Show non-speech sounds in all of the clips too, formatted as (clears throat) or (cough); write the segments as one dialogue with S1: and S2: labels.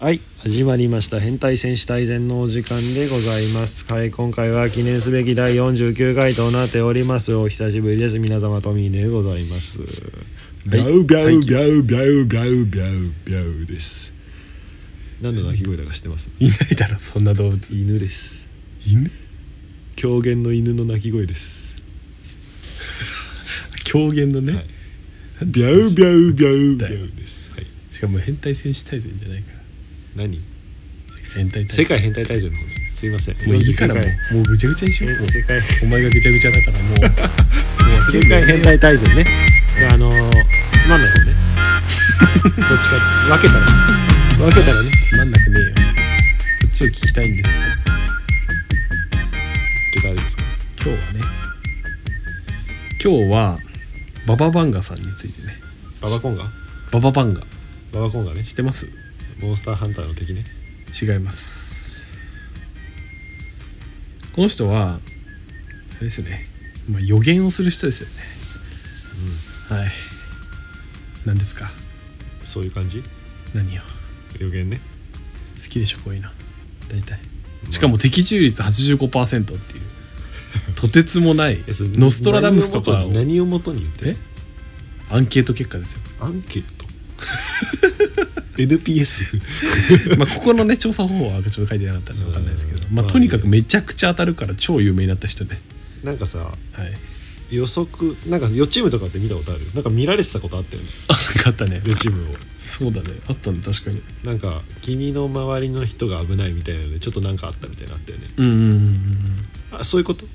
S1: はい始まりました「変態戦士大全」のお時間でございますはい今回は記念すべき第49回となっておりますお久しぶりです皆様トミーでございます
S2: ビャウビャウビャウビャウビャウビャウビャウです
S1: 何の鳴き声だか知ってます
S2: いないだろそんな動物
S1: 犬です
S2: 犬
S1: 狂言の犬の鳴き声です
S2: 狂言のね、
S1: はい
S2: なんで
S1: ビャウビャウビャウビ
S2: だよ
S1: ャウですはい
S2: しかも変態戦士大全じゃないから
S1: 何
S2: 変態大
S1: 世
S2: 全
S1: 界変態大全の方ですすいません
S2: もういいからもうもうぐちゃぐちゃにしようもう
S1: 世界
S2: お前がぐちゃぐちゃだからもうもう諦
S1: 世
S2: め
S1: 界
S2: よう
S1: 変態大全ねであのーつまんない方
S2: (laughs)
S1: ねどっちか分けたら分けたらね
S2: つまんなくねえよこっちを聞きたいんです
S1: けどあれですか
S2: 今日はね今日はバババンガさんについてね
S1: ババコンガ
S2: バババンガ
S1: ババコンガね
S2: 知ってます
S1: モンスターハンターの敵ね
S2: 違いますこの人はあれですね、まあ、予言をする人ですよね、はい何ですか
S1: そういう感じ
S2: 何を
S1: 予言ね
S2: 好きでしょこういうの大体しかも的中率85%っていうとてつもない
S1: (laughs) えそれ
S2: ノストラダムスとかを
S1: 何をもとに何をもとに言って
S2: えアンケート結果ですよ、 (laughs)
S1: アンケート NPS
S2: まあ、ここのね調査方法はちょっと書いてなかったんで分かんないですけど、
S1: うん
S2: まあ、
S1: まあ
S2: とにかくめちゃくちゃ当たるから超有名になった人ね
S1: なんかさ (laughs)
S2: はい
S1: 予測なんか予チームとかって見たことあるなんか見られてたことあったよね
S2: あなんかあったね
S1: 予チームを
S2: そうだねあったね確かに
S1: なんか君の周りの人が危ないみたいなのでちょっとなんかあったみたいなのあったよね
S2: うんうん
S1: あそういうこと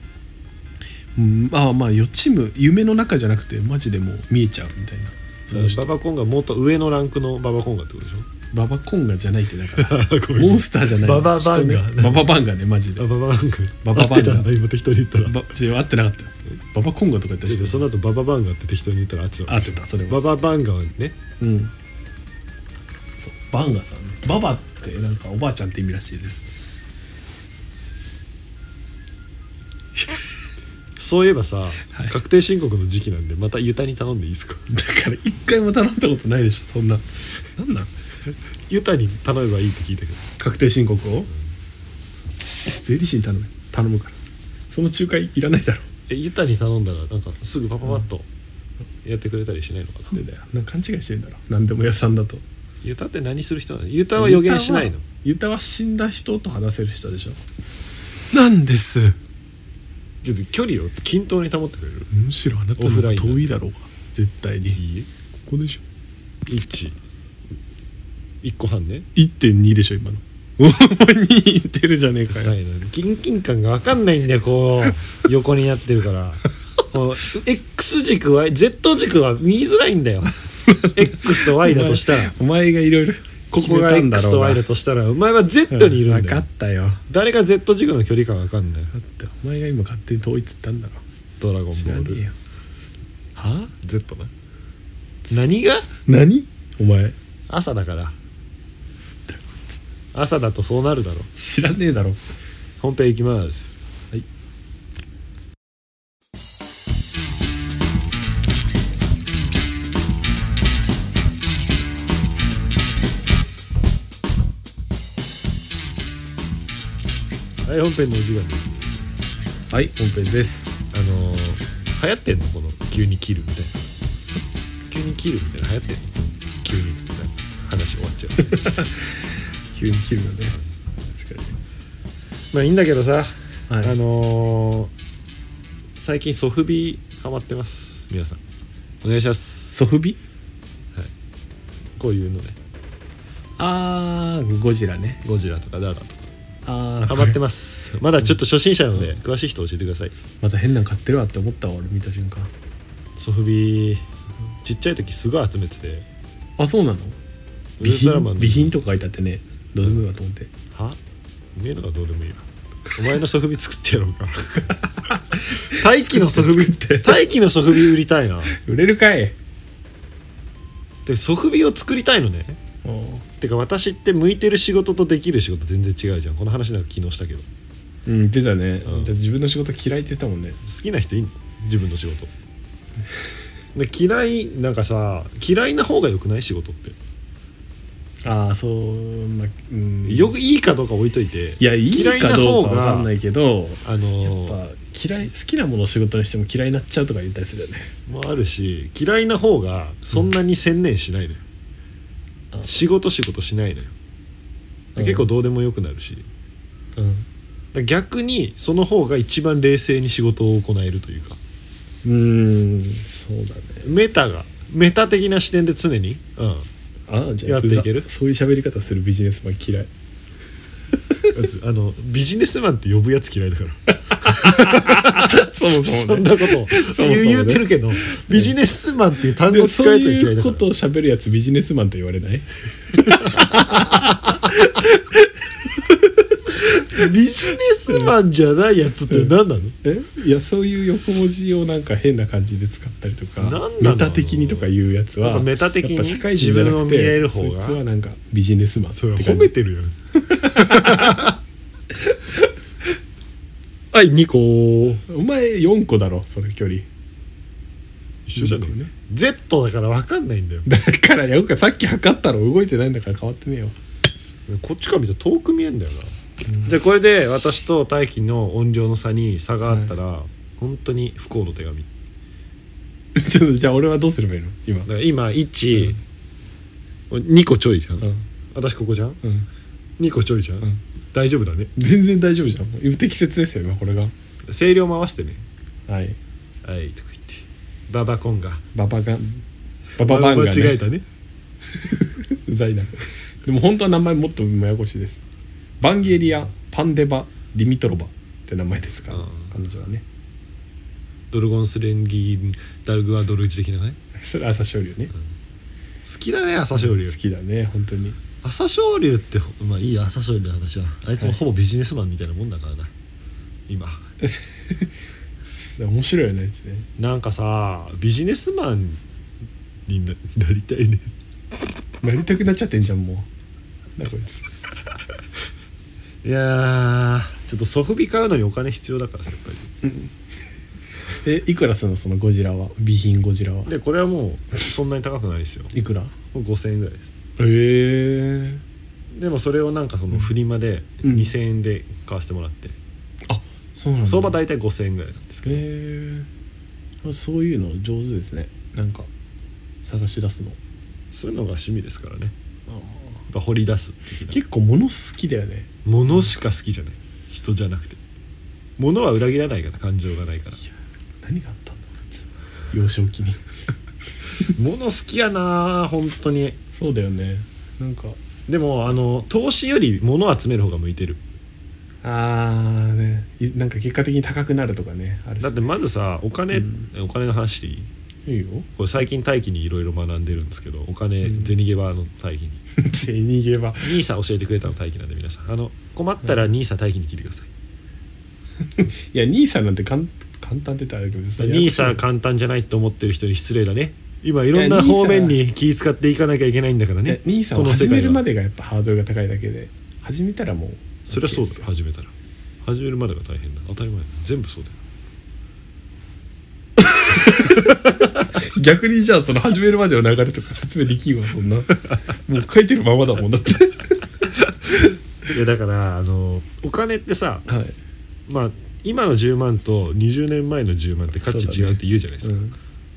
S2: うんうんうんああまあ予知夢夢の中じゃなくてマジでもう見えちゃうみたいなその人
S1: ババコンガもっと上のランクのババコンガってことでしょ
S2: ババコンガじゃないってだ (laughs) から
S1: ごめん
S2: モンスターじゃない
S1: バババンガ
S2: 人ねバババンガねマジで
S1: あバババンガ
S2: バババ
S1: (laughs) 合っ
S2: ンガ
S1: てたんだ今適当に言ったら
S2: バ違う合ってなかったよババコンガとか言った
S1: ちょっと
S2: し
S1: その後バババンガって適当に言ったら合ってた
S2: 合ってたそれは
S1: バババンガはね
S2: うんそうバンガさんねババってなんかおばあちゃんって意味らしいです
S1: そういえばさ、
S2: い
S1: 確定申告の時期なんでまたユタに頼んでいいですか
S2: だから一回も頼んだことないでしょそんななんなん
S1: ユタに頼めばいいって聞いたけど
S2: 確定申告を税理士に頼む頼むからその仲介いらないだろ
S1: えユタに頼んだらなんかすぐパパパッとやってくれたりしないのかな、
S2: なんでだよなんか勘違いしてんだろ何でも屋さんだと
S1: ユタって何する人なのユタは予言しないの
S2: ユタはユタは死んだ人と話せる人でしょなんです
S1: ちょっと距離を均等に保ってくれる
S2: むしろあなたの
S1: オフ
S2: 方
S1: ラ
S2: が
S1: インだ
S2: 遠いだろうが絶対に
S1: いい
S2: ここでしょ
S1: 1一個半ね
S2: 1.2でしょ今のお前2いってるじゃねえ
S1: うる
S2: か
S1: さ
S2: よ
S1: いなキンキン感が分かんないんだよこ
S2: (laughs)
S1: う横になってるからこう X 軸は Z 軸は見づらいんだよ X と Y だとしたら
S2: お前がいろいろ
S1: ここが X と Y だとしたらお前は Z にいるん
S2: 分
S1: だ
S2: か
S1: よ
S2: ったよ
S1: 誰が Z 軸の距離感分かんない
S2: だってお前が今勝手に遠いっつったんだろ
S1: ドラゴンボ
S2: 知らね
S1: ー
S2: えよ
S1: ル
S2: は
S1: Z な何が
S2: 何お前
S1: 朝だから朝だとそうなるだろ
S2: 知らねえだろ
S1: 本編いきます
S2: はい
S1: はい本編のお時間です
S2: はい本編です
S1: あのー、流行ってんのこの急に切るみたいな急に切るみたいな流行ってんの急にみたいな話終わっちゃう
S2: 急に切るのね確か
S1: (laughs) まあいいんだけどさ、
S2: はい
S1: あのー、最近ソフビハマってます皆さんお願いします
S2: ソフビ
S1: こういうのね
S2: あーゴジラね
S1: ゴジラとかダーダと
S2: あ
S1: かハマってますまだちょっと初心者なので詳しい人教えてください
S2: また変なん買ってるわって思ったわ俺見た瞬間
S1: ソフビちっちゃい時すごい集めてて
S2: あそうなの
S1: ウル
S2: 備
S1: ト
S2: 品
S1: ラマンの
S2: 備品とか書いてあってねどうでもいいわと思って
S1: はおめえのがどうでもいいわお前のソフビ作ってやろうか大気のソフビ
S2: 作って
S1: (laughs) 大気のソフビ売りたいな
S2: 売れるかい
S1: でソフビを作りたいのねてか私って向いてる仕事とできる仕事全然違うじゃんこの話なんか昨日したけど好
S2: うん言ってたね、
S1: うん
S2: だって自分の仕事嫌いって言ってたもんね
S1: きな人いんの自分の仕事で嫌いなんかさ嫌いな方がよくない仕事って
S2: ああそうまあ、うん、
S1: よくいいかどうか置いといて
S2: いやいいかどう
S1: 嫌
S2: か
S1: いな方が
S2: わかんないけど
S1: あ
S2: や
S1: の
S2: っぱ嫌い好きなものを仕事にしても嫌いになっちゃうとか言ったりするよね
S1: もあるし嫌いな方がそんなに専念しないのよ、
S2: うん
S1: 仕事仕事しないのよで
S2: うん
S1: 結構どうでもよくなるしだか
S2: うん
S1: ら逆にその方が一番冷静に仕事を行えるというか
S2: うんそうだね
S1: メタがメタ的な視点で常に、う
S2: ああじゃあ
S1: やっていける
S2: うざそういう喋り方するビジネスマン嫌い
S1: ん、あのビジネスマンって呼ぶやつ嫌いだから
S2: そ
S1: (laughs) (laughs)
S2: も
S1: そんなことを
S2: そも
S1: 言う
S2: ね
S1: 言うてるけどビジネスマンっていう単語使
S2: そう
S1: やつが嫌
S2: うい
S1: いうだか
S2: こ
S1: ら
S2: とを喋るやつビジネスマンと言われない
S1: ビジネスマンじゃないやつって何なの
S2: えいやそういう横文字をなんか変な感じで使ったりとか
S1: なんなの
S2: メタ的にとかいうやつ
S1: なん
S2: は
S1: かメタ的に
S2: やっぱ社会人じゃな
S1: 自分を
S2: く
S1: 見え
S2: て
S1: る方が
S2: そいつはなんかビジネスマンって
S1: それ
S2: 感じ
S1: 褒めてるやん (laughs) はい2個
S2: お前4個だろその距離
S1: 一緒じゃねえ
S2: 二個ね
S1: Z だから分かんないんだよ
S2: だからよくさっき測ったろ動いてないんだから変わってねえよ
S1: こっちから見たら遠く見えんだよな、じゃあこれで私と大輝の音量の差に差があったら、本当に不幸の手紙
S2: ちょっとじゃあ俺はどうすればいいの今
S1: だから今12、2個ちょいじゃん、
S2: うん
S1: 私ここじゃん
S2: うん
S1: 2個ちょいじゃん、
S2: うん
S1: 大丈夫だね
S2: 全然大丈夫じゃんもう適切ですよ今これが
S1: 声量回してね
S2: はい
S1: はいとか言ってババコンが
S2: ババガンバババンが、ね、
S1: 間違えたね
S2: うざいなでも本当は名前もっとややこしいですバンゲリアパンデバディミトロバって名前ですから
S1: うん
S2: 彼女はね
S1: ドルゴンスレンギーダルグアドルジ的なね
S2: それ朝青龍ね
S1: 好きだね朝青龍
S2: 好きだね本当に
S1: 朝青龍ってまあいいや朝青龍の話はあいつもほぼビジネスマンみたいなもんだからな今
S2: す面白いよねあいつね
S1: なんかさビジネスマンにななりたいね
S2: なりたくなっちゃってんじゃんもうなんだこいつ
S1: いやーちょっとソフビ買うのにお金必要だからさやっぱ
S2: えいくらするのそのゴジラは備品ゴジラは
S1: りでこれはもうそんなに高くないですよ
S2: いくら
S1: もう5000円ぐらいです
S2: ええー、
S1: でもそれをなんかそのフリマで
S2: うん
S1: 2000円で買わせてもらって、
S2: あそうなんだ
S1: 相場大体5000円ぐらいなんですけど、
S2: えー、そういうの上手ですねなんか探し出すの
S1: そういうのが趣味ですからねやっぱ掘り出す的な
S2: 結構物好きだよね
S1: ものしか好きじゃない人じゃなくてものは裏切らないから感情がないから
S2: 何があったんだこいつ幼少期に
S1: もの好きやな本当に
S2: そうだよねなんか
S1: でもあの投資より物を集める方が向いてる
S2: あーねいなんか結果的に高くなるとかねあるし
S1: だってまずさお金、
S2: うん
S1: お金の話していい
S2: いい (laughs) よ
S1: これ最近大輝にいろいろ学んでるんですけどお金、
S2: うん
S1: 銭ゲバーの大輝に
S2: 銭ゲバ
S1: ニーサ教えてくれたの大輝なんで皆さんあの困ったらニーサ大輝に聞いてください
S2: いや兄さんなんてかん簡単って言ったらあれだけどさ
S1: ニーサ簡単じゃないと思ってる人に失礼だね今いろんな方面に気使っていかなきゃいけないんだからね
S2: 兄さん
S1: こ
S2: を
S1: の世
S2: 始め
S1: 界
S2: る
S1: は
S2: までがやっぱハードルが高いだけで始めたらもう
S1: そりゃそうだよ
S2: OK です
S1: 始めたら始めるまでが大変だ当たり前だ全部そうだよ
S2: 逆にじゃあその始めるまでの流れとか (laughs) 説明できんわそんなもう書いてるままだもんだって
S1: いやだからあのお金ってさ
S2: はい、
S1: まあ今の10万と20年前の10万って価値違うって言うじゃないです
S2: う
S1: か、
S2: ん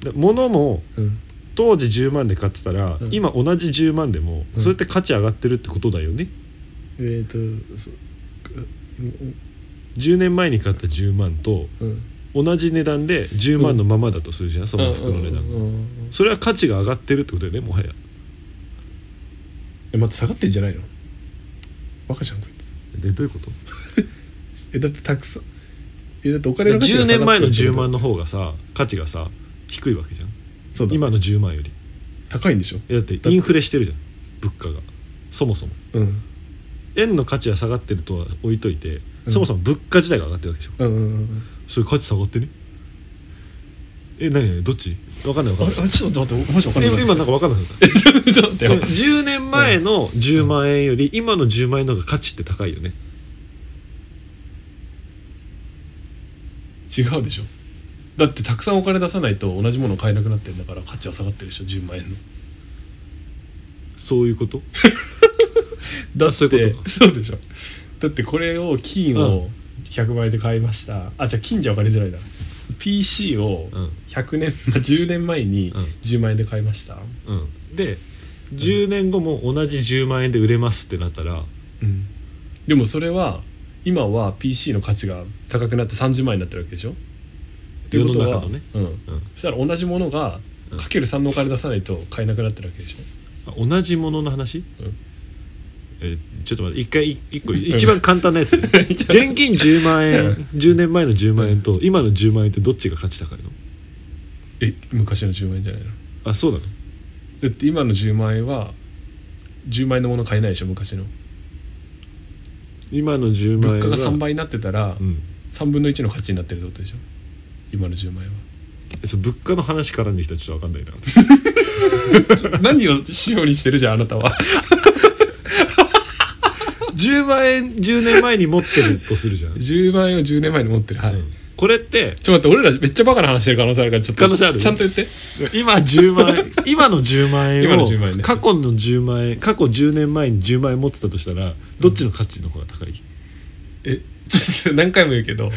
S1: で物も
S2: うん、
S1: 当時10万で買ってたら、
S2: うん
S1: 今同じ10万でも、
S2: うん
S1: それって価値上がってるってことだよね
S2: えっ、とそ
S1: 10年前に買った10万と
S2: うん
S1: 同じ値段で10万のままだとするじゃん、その服の値段が、
S2: うんうんうん
S1: それは価値が上がってるってことだよねもはや
S2: え待って下がってんじゃないのバカじゃんこいつ
S1: でどういうこと
S2: えだってたくさんえだってお金の価値が
S1: 10
S2: 下がってる
S1: 年前の
S2: ってこ
S1: 10
S2: と
S1: 万の方がさ価値がさ低いわけじゃん
S2: そうだ今
S1: 今の10万より
S2: 高いんでしょ
S1: えだってインフレしてるじゃん物価がそもそも
S2: うん
S1: 円の価値は下がってるとは置いといて、
S2: うん
S1: そもそも物価自体が上がってるわけでしょ
S2: うんうんうん
S1: それ価値下がってねえ何何どっちわかんないわかんない
S2: あちょっと待ってマジわ
S1: え今なん
S2: (laughs)
S1: かわかんなくなった
S2: ちょっと待って
S1: (laughs)
S2: よ
S1: 10年前の10万円より今の10万円の方が価値って高いよね
S2: 違うでしょだってたくさんお金出さないと同じもの買えなくなってんだから価値は下がってるでしょ10万円の
S1: そういうこと
S2: (laughs) だって
S1: そういうこと
S2: そうでしょだってこれを金を100倍で買いました、あじゃあ金じゃ分かりづらいな PC を
S1: うん
S2: 100年、まあ、10年前に
S1: うん
S2: 10万円で買いました、
S1: うん、で10年後も同じ10万円で売れますってなったら
S2: うんでもそれは今は PC の価値が高くなって30万円になってるわけでしょっていうことは
S1: 世の中のね
S2: うん、
S1: うん
S2: そしたら同じものが
S1: うん
S2: かける3のお金出さないと買えなくなってるわけ
S1: (laughs)
S2: でしょ
S1: あ同じものの話、
S2: うん
S1: えーちょっと待って一回い一個一番簡単なや
S2: (laughs)
S1: つね現金10万
S2: うん
S1: 円10年前の10万円と今の10万円ってどっちが価値高いの
S2: え昔の10万円じゃないの
S1: あそうなの
S2: だって今の10万円は10万円のもの買えないでしょ昔の
S1: 今の10万
S2: 物
S1: 円
S2: 価が3
S1: 倍、
S2: 倍になってたら
S1: うん、
S2: 3分の1の価値になってるってことでしょ今の10万円は
S1: (laughs) えそう物価の話絡んできたらちょっと分かんないな
S2: 何を指標にしてるじゃんあなた (laughs) は
S1: 10万円10年前に持ってるとするじゃん、
S2: 10万円を10年前に持ってるはい、
S1: うんこれって
S2: ちょっと待って俺らめっちゃバカな話してる可能性あるからちょっと
S1: 可能性ある
S2: ちゃんと言って
S1: 今10万円今の10万円
S2: 今の
S1: を
S2: 10万円ね
S1: 過去の10万円過去10年前に10万円持ってたとしたらどっちの価値の方が高い、
S2: え (laughs) 何回も言うけど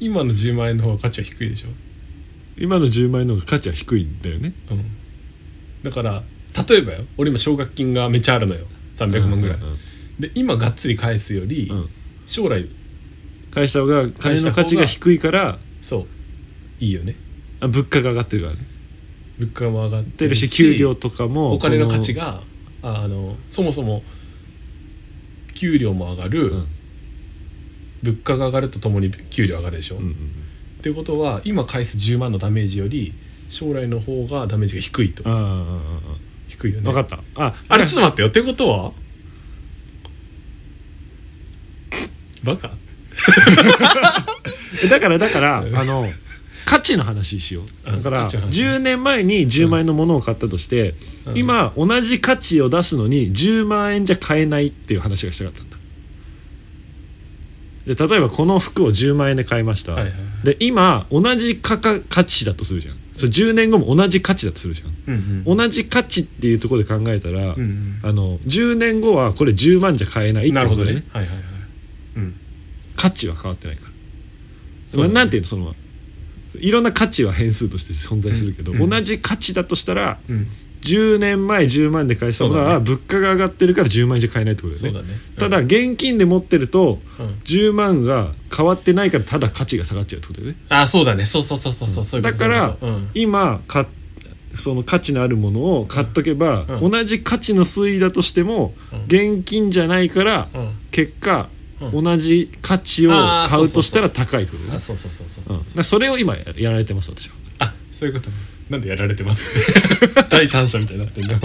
S2: 今の10万円の方が価値は低いでしょ、
S1: 今の10万円の方が価値は低いんだよね
S2: うん、だから例えばよ俺今奨学金がめっちゃあるのよ300万ぐらい、
S1: うんうん
S2: で今がっつり返すより、
S1: うん
S2: 将来
S1: 返した方が金の価値が低いから
S2: そういいよね
S1: あ物価が上がってるからね
S2: 物価も上がっ
S1: 出
S2: て
S1: る
S2: る
S1: し
S2: し
S1: 給料とかも
S2: お金の価値
S1: が、
S2: がああのそもそも給料も上がる、
S1: うんうん
S2: 物価が上がるとともに給料上がるでしょ、
S1: う
S2: っ
S1: ん、
S2: ていうことは今返す10万のダメージより将来の方がダメージが低いと
S1: あああああ
S2: 低いよ
S1: あ
S2: ね
S1: 分かったあ
S2: あれちょっと待ってよってことはバカ
S1: えだからだ
S2: (laughs)
S1: からあの価値の話しようだ
S2: ん
S1: から
S2: 価値の話
S1: 10年前に10万円のものを買ったとして、
S2: うん
S1: 今同じ価値を出すのに10万円じゃ買えないっていう話がしたかったんだで例えばこの服を10万円で買いました、
S2: はいはいは
S1: で今同じ価格価値だとするじゃんそれ10年後も同じ価値だとするじゃん
S2: うんうん
S1: 同じ価値っていうところで考えたら、
S2: うんうん
S1: あの10年後はこれ10万じゃ買えないって
S2: なる
S1: こ
S2: ほ
S1: と
S2: ど
S1: でね
S2: ねはいはいはいうん
S1: 価値は変わってないから、
S2: そうだね
S1: まあ、なんていうのそのいろんな価値は変数として存在するけど、
S2: うんうん
S1: 同じ価値だとしたら
S2: うん
S1: 10年前10万で買えたもの
S2: そうだ
S1: は
S2: ね
S1: 物価が上がってるから10万じゃ買えないってことだ
S2: そう
S1: よね
S2: だね
S1: ただ
S2: うん
S1: 現金で持ってると
S2: うん
S1: 10万が変わってないからただ価値が下がっちゃうってことだよね
S2: あそうだねそうそうそうそうそうそういうこ
S1: だ
S2: と
S1: から
S2: そういうこ
S1: 今買っその価値のあるものを買っとけば、
S2: うんうん
S1: 同じ価値の推移だとしても、
S2: うん
S1: 現金じゃないから、
S2: とうん
S1: 結果、
S2: う
S1: 同じ価値を買うとしたら高いってことだ
S2: うん
S1: ね
S2: あそうそうそうそう
S1: う
S2: そ
S1: ん
S2: う
S1: だからそれを今ややられてます
S2: (laughs)
S1: 私は
S2: あそういうことなんでやられてます
S1: (laughs)
S2: 第三者みたいになってんの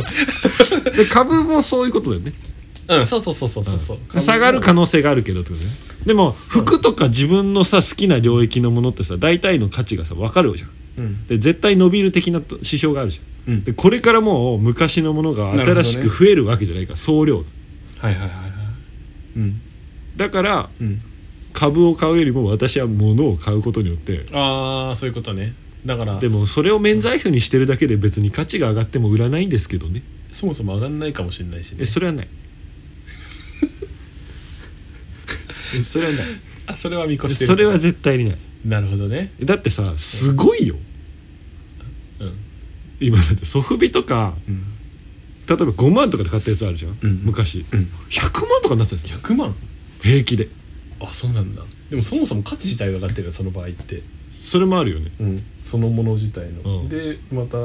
S1: で株もそういうことだよね
S2: うんそうそうそうそうそうそう、
S1: 下がる可能性があるけどってことねでも服とか自分のさ好きな領域のものってさ大体の価値がさ分かるじゃん
S2: うん
S1: で絶対伸びる的なと指標があるじゃん、
S2: うん
S1: でこれからもう昔のものが新しく増えるわけじゃないから、総量が
S2: はいはいはいはいうん
S1: だから
S2: うん
S1: 株を買うよりも私は物を買うことによって
S2: ああそういうことねだから
S1: でもそれを免罪符にしてるだけで別に価値が上がっても売らないんですけどね
S2: そもそも上がんないかもしれないしね
S1: えそれはないえ (laughs) それはない
S2: あそれは見越してる
S1: それは絶対にない
S2: なるほどね
S1: だってさすごいよ
S2: うん
S1: 今だってソフビとか
S2: うん
S1: 例えば5万とかで買ったやつあるじゃん、
S2: うん
S1: 昔、
S2: うん
S1: 100万とかになってたんですよ
S2: 100万
S1: 平気で
S2: あそうなんだでもそもそも価値自体が上がってるよその場合って
S1: それもあるよね
S2: うんそのもの自体の、
S1: うん
S2: でまた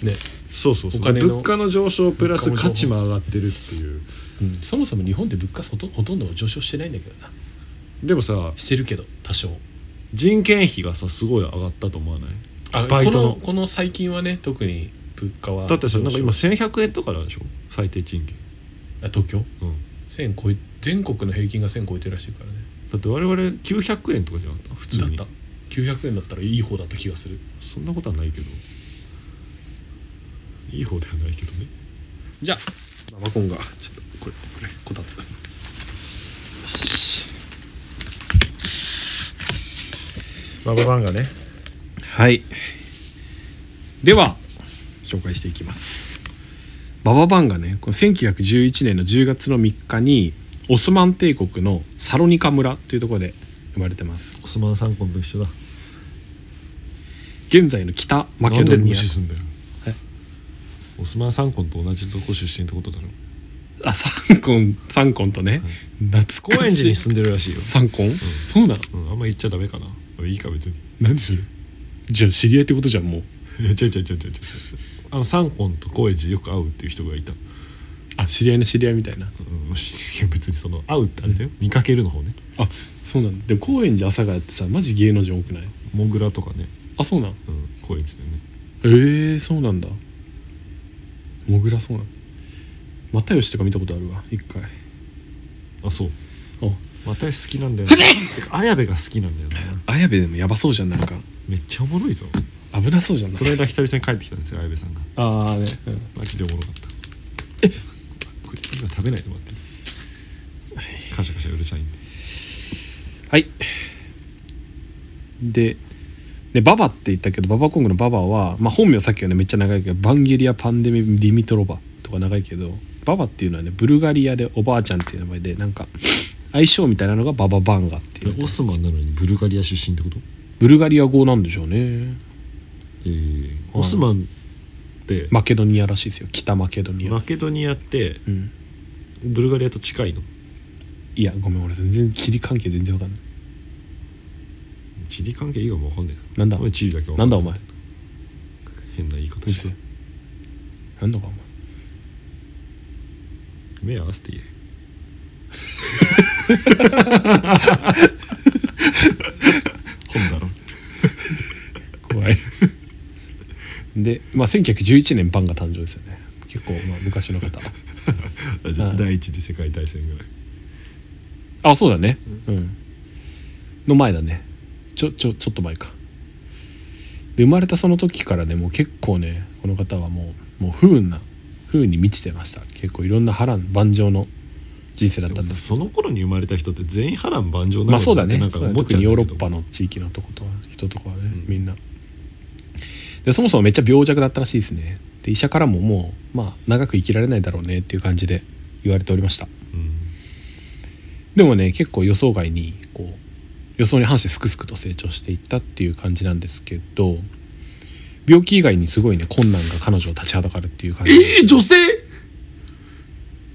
S2: ね、
S1: そうそうそう
S2: お金の
S1: 物価の上昇プラス
S2: 物
S1: 価
S2: 価も上
S1: 値
S2: 昇
S1: も上がってるっていう
S2: うん、そもそも日本って物価そとほとんど上昇してないんだけどな
S1: でもさ
S2: してるけど多少
S1: 人件費がさすごい上がったと思わない
S2: あ
S1: バイトの
S2: このこの最近はね特に物価は
S1: だってさなんか今
S2: 上
S1: 1100円とかなんでしょ最低賃金、
S2: 昇あ東京
S1: うん、
S2: 1000超え全国の平均が1000超えてるらしいからね
S1: だって我々900円とかじゃなかった普通
S2: だっ
S1: に
S2: た900円だったらいい方だった気がする
S1: そんなことはないけどいい方ではないけどね
S2: じゃあ生コンがちょっとこれこれこたつよし
S1: バババンがね
S2: はいでは紹介していきますバババンがねこの1911年の10月の3日にオスマン帝国のサロニカ村というところで生まれてます
S3: オスマン三国と一緒だ
S2: 現在の北マケ
S1: なん
S2: ド
S1: で
S2: ニ
S1: 無
S2: ア
S1: 視すんだよ
S2: え
S1: オスマン三婚と同じとこ出身ってことだろ
S2: あ三根三根とね、懐
S3: 高
S2: か
S3: 円寺
S2: し
S3: に
S2: い
S3: 住んでるらしいよ
S2: 三根、そうなの
S1: うんあんま言っちゃダメかな俺いいか別に
S2: 何それじゃあ知り合いってことじゃんもう
S1: いや違う違う違う違う違うあの三婚と高円寺よく会うっていう人がいた、
S2: あ知り合いの知り合いみたいな
S1: うん、しいや別にその会うってあれだよ見かけるの方ね
S2: あそうなんだでも高円寺阿佐ヶ谷ってさマジ芸能人多くない
S1: モグラとかね、
S2: あそうなん
S1: うん、高円寺でね
S2: えー、そうなんだもぐらそうなん又吉とか見たことあるわ一回
S1: あそう
S2: あ
S1: 私好きなんだよ、ね、てか綾部が好きなんだよね
S2: 綾部でもやばそうじゃんなんか
S1: めっちゃおもろいぞこ
S2: 危なそうじゃんなんか
S1: の間久々に帰ってきたんですよ綾部さんが
S2: ああね、
S1: マジでおもろかったえこれ今食べないでもらっていいカシャカシャうるさいんで
S2: はいででババって言ったけどババコングのババは、まあ、本名さっきはねめっちゃ長いけどバンゲリア・パンデミ・ディミトロバとか長いけどババっていうのはねブルガリアでおばあちゃんっていう名前でなんか相性みたいなのがバババンガっていう
S1: オスマンなのにブルガリア出身ってこと
S2: ブルガリア語なんでしょうね
S1: ええオスマンって
S2: マケドニアらしいですよ北マケドニア、
S1: マケドニアって
S2: うん
S1: ブルガリアと近いの
S2: いやごめん俺全然地理関係全然わかんない
S1: 地理関係以外も分かんねえ
S2: なんだ
S1: 俺地理だけ分か
S2: なん
S1: ん
S2: だ
S1: ない
S2: お前う
S1: 変な言い方
S2: る
S1: し
S2: せえ
S1: て
S2: なんだかお
S1: 目合わせ
S2: (laughs)
S1: て言え本だろ
S2: 前怖いで、まあ、1911年バンが誕生ですよね結構、まあ、昔の方
S1: あじゃ
S2: は
S1: あ
S2: い
S1: 第一次世界大戦ぐらい
S2: あそうだねうんの前だねちょちょちょっと前かで生まれたその時からねもう結構ねこの方はもうもう不運な不運に満ちてました結構いろんな波乱万丈の人生だっ
S1: で
S2: た
S1: も
S2: ん
S1: さ
S2: です
S1: その頃に生まれた人って全員波乱万丈なの
S2: まあそうだね
S1: なん
S2: そ
S1: か
S2: うだね
S1: 思っち
S2: 特
S1: ゃう
S2: に
S1: んだ
S2: ヨ
S1: け
S2: ー
S1: ど
S2: ロッパの地域のとことは人とかはね、
S1: うん
S2: みんなでそもそもめっちゃ病弱だったらしいですねで医者からももうまあ長く生きられないだろうねっていう感じで言われておりました
S1: うん
S2: でもね結構予想外にこう予想に反してすくすくと成長していったっていう感じなんですけど病気以外にすごいね困難が彼女を立ちはだかるっていう感じ
S1: えー女性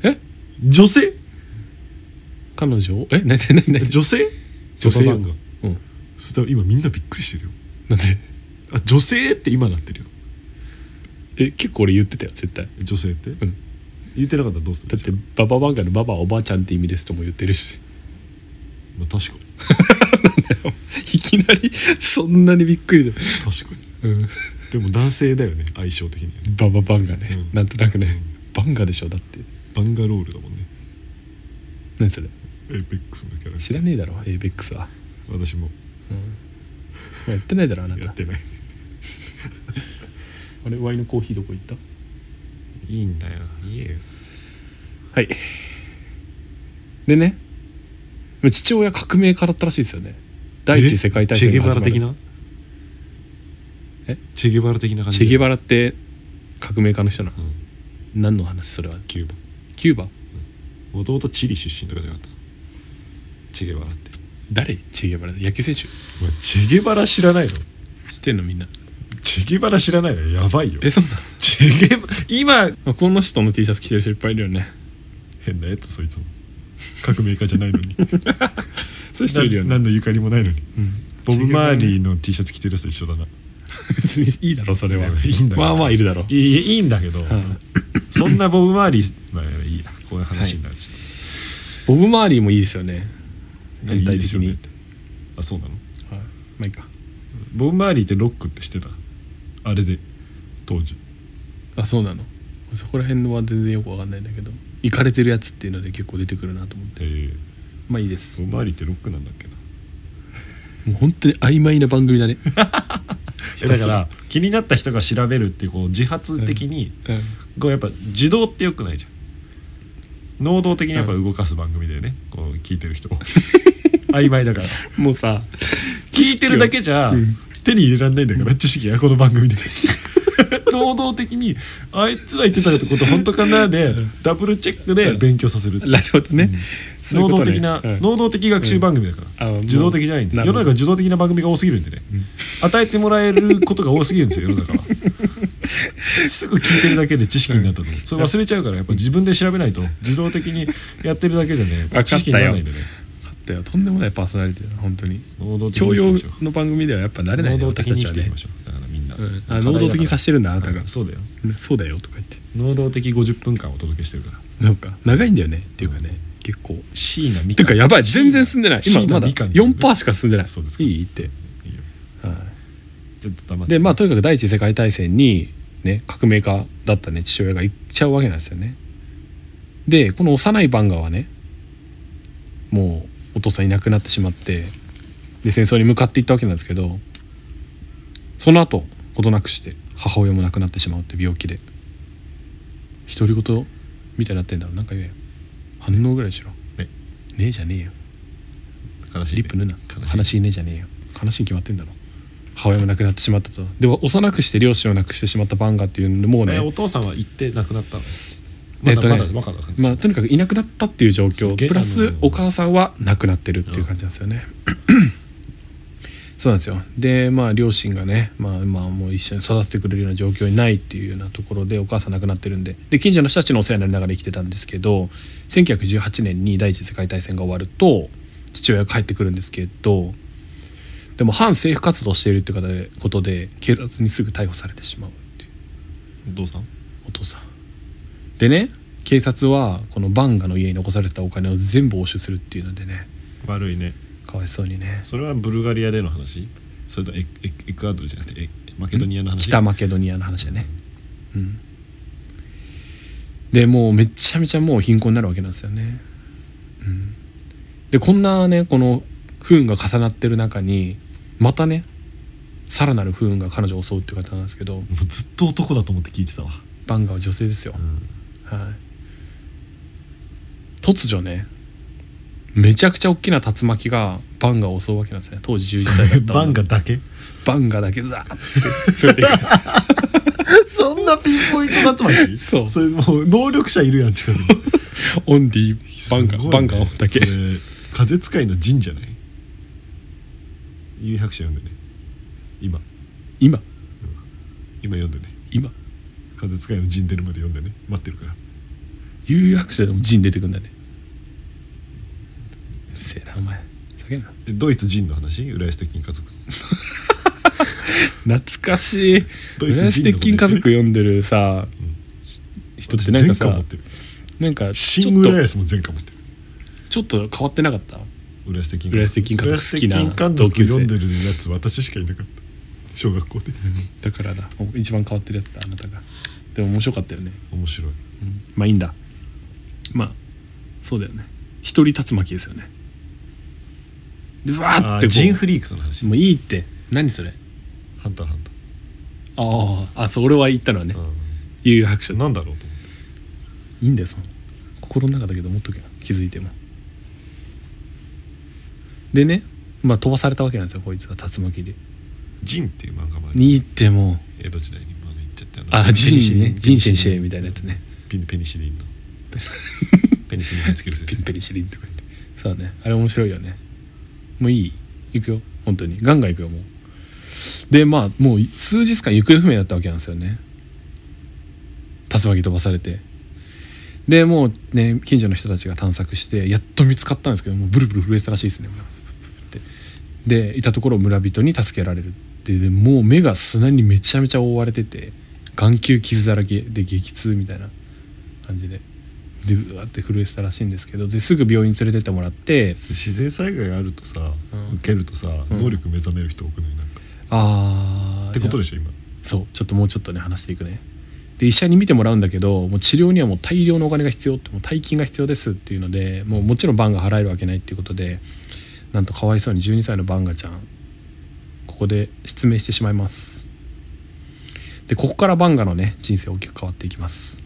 S2: え
S1: 女性
S2: 彼女をえなになになに
S1: 女性
S2: 女性
S1: バババンが
S2: うん
S1: それ多分今みんなびっくりしてるよ
S2: なんで
S1: あ女性って今なってるよ
S2: え結構俺言ってたよ絶対
S1: 女性って、
S2: ん
S1: 言ってなかったらどうす
S2: だ
S1: る
S2: ってバババンガのババはおばあちゃんって意味ですとも言ってるし
S1: まあ、確かに
S2: いきなりそんなにびっくりだ、
S1: 確かに
S2: うん、
S1: でも男性だよね相性的にはね
S2: バババンガね、
S1: うん
S2: なんとなくねバンガでしょだって
S1: バンガロールだもんね
S2: 何それ
S1: エイペックスのキャラ
S2: 知らねえだろエイベックスは、
S1: 私も
S2: うん、やってないだろあな
S1: や
S2: た
S1: ってない
S2: あれワイのコーヒーどこ行った
S1: いいんだよいいよ
S2: はいでね父親革命家だったらしいですよね第一次世界大戦
S1: チェゲ
S2: が
S1: バ
S2: 始
S1: ラ
S2: まる
S1: 的な
S2: え
S1: チェゲバラ的な感じ
S2: チェゲ
S1: バ
S2: バラって革命家の人なの
S1: うん、
S2: 何の話それは
S1: キューバ
S2: キューバ
S1: もともとチリ出身とかじゃなかったチェゲバラって
S2: 誰チェゲバラ野球選手
S1: お前チェゲバラ知らないの
S2: 知ってんのみんな
S1: チェゲバラ知らないのやばいよ
S2: えそうな
S1: チェゲバ今
S2: の (laughs) この人の T シャツ着てる人いっぱいいるよね
S1: 変なやつそいつも革命家じゃないの
S2: (laughs)
S1: に
S2: そういう人いるよ
S1: な
S2: ね
S1: 何のゆかりもないのに
S2: うん
S1: ボブ・マー
S2: チェゲバラ
S1: リ
S2: ね
S1: ーの T シャツ着てるやつと一緒だな
S2: 別に (laughs) いいだろそれはい
S1: やいいんだけど
S2: まあまあいるだろ
S1: いいいいんだけど、
S2: うん
S1: そんなボブ・マーリーまあいいやこういう話になるし、
S2: ボブ・マーリーもいいですよね
S1: い
S2: 全
S1: い
S2: 体
S1: で
S2: 的
S1: すよね
S2: に
S1: ってあそうなの
S2: はいまあいいか
S1: ボブ・マーリーってロックって知ってたあれで当時
S2: あそうなのそこら辺のは全然よくわかんないんだけど行かれてるやつっていうので結構出てくるなと思って
S1: えー
S2: まあいいです
S1: ボ
S2: も
S1: ブ・マーリーってロックなんだっけな
S2: う本当に曖昧な番組だね、
S1: えだから気になった人が調べるっていうこう自発的に、こうやっぱ自動ってよくないじゃん能動的にやっぱ動かす番組だよね、こう聞いて (laughs) る人を曖昧だから
S2: (laughs) もうさ (laughs)
S1: 聞いてるだけじゃ、手に入れられないんだから知識はこの番組で能動的にあいつら言ってたこと本当かなでダブルチェックで勉強させる
S2: なるほどね、そういう
S1: 能
S2: こ
S1: 動
S2: とね
S1: 的な、
S2: うん
S1: 能動的学習番組だから、
S2: うんあ
S1: 受動的じゃないんで
S2: な
S1: 世
S2: る
S1: の
S2: ほど
S1: 中受動的な番組が多すぎるんでね、与えてもらえることが多すぎるん
S2: (laughs)
S1: ですよ世の中はすぐ聞いてるだけで知識になったと思うそれ忘れちゃうからやっぱ自分で調べないと自動的にやってるだけじゃね
S2: かったよ
S1: 知識にならないんでね
S2: 勝ったよとんでもないパーソナリティだな本当に
S1: 能動的に
S2: 教
S1: 生きてい
S2: 養
S1: きましょ
S2: の番組ではやっぱ慣
S1: う
S2: れないね
S1: 能動的に生
S2: 私
S1: き
S2: たち
S1: て
S2: はい
S1: き
S2: ね
S1: ましょうだからみんな、
S2: うんあ能動的にさせてるんだあなたが
S1: うんそうだよ
S2: そうだよとか言って
S1: 能動的50分間お届けしてるから
S2: なんか長いんだよねっていうかね結構
S1: 椎名美
S2: てかやばい全然
S1: す
S2: 進んでない
S1: シー
S2: 今
S1: ナ
S2: まだ
S1: みかんみたいなね
S2: 4%しか進んでない
S1: そうですか
S2: いいって、はい
S1: ちょっと黙って
S2: でまあとにかく第一次世界大戦に、ね、革命家だったね父親が行っちゃうわけなんですよねでこの幼いバンガはねもうお父さんいなくなってしまってで戦争に向かっていったわけなんですけどその後ことなくして母親も亡くなってしまうって病気で独り言みたいになってんだろうなんか言えよ反応ぐらいしろ
S1: ね
S2: ねえじゃねえよ
S1: 悲しいね
S2: リップ塗んな
S1: 悲しい
S2: 悲しいねじゃねえよ悲しいに決まってんだろ母親も亡くなってしまったとで幼くして両親を亡くしてしまったバンガっていうのでもうね
S1: えお父さんは行って亡くなったのま
S2: えっと
S1: だ
S2: ね
S1: まだまだわかんない
S2: まあとにかくいなくなったっていう状
S1: そう
S2: 況
S1: げ
S2: プラ
S1: あ
S2: ス
S1: の
S2: お母さんは亡くなってるっていう感じなんですよね (clears throat) そうなんですよでまあ両親がね、まあ、まあもう一緒に育ててくれるような状況にないっていうようなところでお母さん亡くなってるんでで近所の人たちのお世話になりながら生きてたんですけど1918年に第一次世界大戦が終わると父親が帰ってくるんですけどでも反政府活動をしているってことでことで警察にすぐ逮捕されてしまうっていう。
S1: お父さん
S2: お父さんでね警察はこのバンガの家に残されてたお金を全部押収するっていうのでね
S1: 悪いね
S2: かわいそうにね
S1: それはブルガリアでの話それとエクエクエクアドルじゃなくてエマケドニアの話
S2: 北マケドニアの話だねうんでもうめちゃめちゃもう貧困になるわけなんですよね、うん、でこんなねこの不運が重なってる中にまたねさらなる不運が彼女を襲うっていう方なんですけど
S1: もうずっと男だと思って聞いてたわ、
S2: バンガは女性ですよ
S1: うん、
S2: はい、突如ねめちゃくちゃ大きな竜巻がバンガを襲うわけなんですね当時11歳だった
S1: バンガ
S2: 女
S1: だけ
S2: バンガだけザーって連れていく
S1: そんなピンポイントだとは言
S2: そう
S1: それもう能力者いるやん近
S2: (laughs)
S1: くに
S2: オンリーバンガ、
S1: すごいね
S2: バンガだ
S1: そ
S2: け
S1: れ風使いの陣じゃない優位白書読んでね今
S2: 今
S1: 今読んでね
S2: 今
S1: 風使いの陣出るまで読んでね待ってるから
S2: 有役者でも陣出てくんだねうるせえなお前ふざけんな
S1: えドイツ人の話浦安鉄筋家族
S2: 懐かしい
S1: ド
S2: ド
S1: イ
S2: イ
S1: ツ人のこと言ってる
S2: ツ鉄筋家族読んでるさ、人ってなん
S1: 全
S2: か
S1: 巻
S2: さ
S1: 持ってる
S2: なんかち
S1: シ
S2: ょ
S1: ン
S2: っ
S1: グ
S2: と
S1: ルエースも全巻持ってる
S2: ちょっと変わってなかった
S1: 浦安鉄筋
S2: 浦安鉄筋家族好きな
S1: 浦安鉄筋家
S2: 同
S1: 族
S2: 級生
S1: 読んでるやつ私しかいなかった小学校で
S2: だからだお一番変わってるやつだあなたがでも面白かったよね
S1: 面白い
S2: まあいいんだまあそうだよね一人竜巻ですよねでわー
S1: あー
S2: って
S1: ジン
S2: こ
S1: フリークスの
S2: う
S1: 話
S2: もういいって何それ
S1: ハンターハンタ
S2: あああそう俺は言ったのはね
S1: ー、
S2: 悠々
S1: う
S2: 白書
S1: ん、
S2: い
S1: なんだろうと思って
S2: いんだよその心の中だけど持っとけよ気づいてもでねまあ飛ばされたわけなんですよこいつが竜巻で
S1: ジンっていう漫画もある
S2: に行っても
S1: 江戸時代に漫画いっちゃったよな
S2: あ
S1: ペニシ
S2: 人
S1: リ
S2: ね人生シェイみたいなやつね
S1: ペニペニシリン
S2: (laughs)
S1: のペニシリンにつける先
S2: ピン
S1: 生
S2: ペリシリンとか言ってそうだねあれ面白いよねもういい行くよ本当にガンガン行くよもうでまあもう数日間行方不明だったわけなんですよね竜巻飛ばされてでもうね近所の人たちが探索してやっと見つかったんですけどもうブルブル震えてたらしいですねってでいたところを村人に助けられるででもう目が砂にめちゃめちゃ覆われてて眼球傷だらけで激痛みたいな感じででうわって震えてたらしいんですけどですぐ病院連れてってもらって
S1: 自然災害あるとさ、
S2: うん
S1: 受けるとさ、
S2: うん
S1: 能力目覚める人多くないなんか
S2: ああ
S1: ってことで
S2: し
S1: しょ今
S2: そうちょっともうちょっとね話していくねで医者に診てもらうんだけどもう治療にはもう大量のお金が必要ってもう大金が必要ですっていうのでもうもちろんバンが払えるわけないっていうことでなんとかわいそうに12歳のバンガちゃんここで失明してしまいますでここからバンガのね人生大きく変わっていきます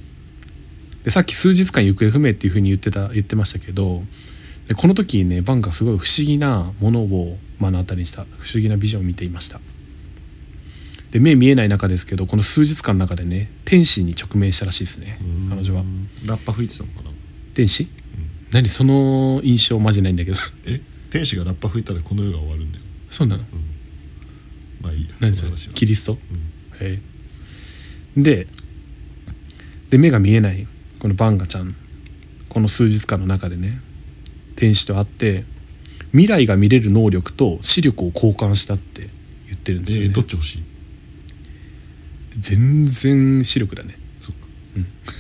S2: でさっき数日間行方不明っていうふうに言ってた言ってましたけどでこの時にねバンがすごい不思議なものを目の当たりにした不思議なビジョンを見ていましたで目見えない中ですけどこの数日間の中でね天使に直面したらしいですね
S1: うん
S2: 彼女は
S1: ラッパ吹いてたのかな
S2: 天使、何その印象マジないんだけど (laughs)
S1: え天使がラッパ吹いたらこの世が終わるんだよ
S2: そうなの
S1: まあいいや
S2: 何
S1: そ
S2: そ
S1: の
S2: れ
S1: 話は
S2: キリスト
S1: うん
S2: へえでで目が見えないこのバンガちゃんこの数日間の中でね天使と会って未来が見れる能力と視力を交換したって言ってるんですよ
S1: え
S2: ね
S1: ー、どっち欲しい
S2: 全然視力だね
S1: そっか
S2: (laughs)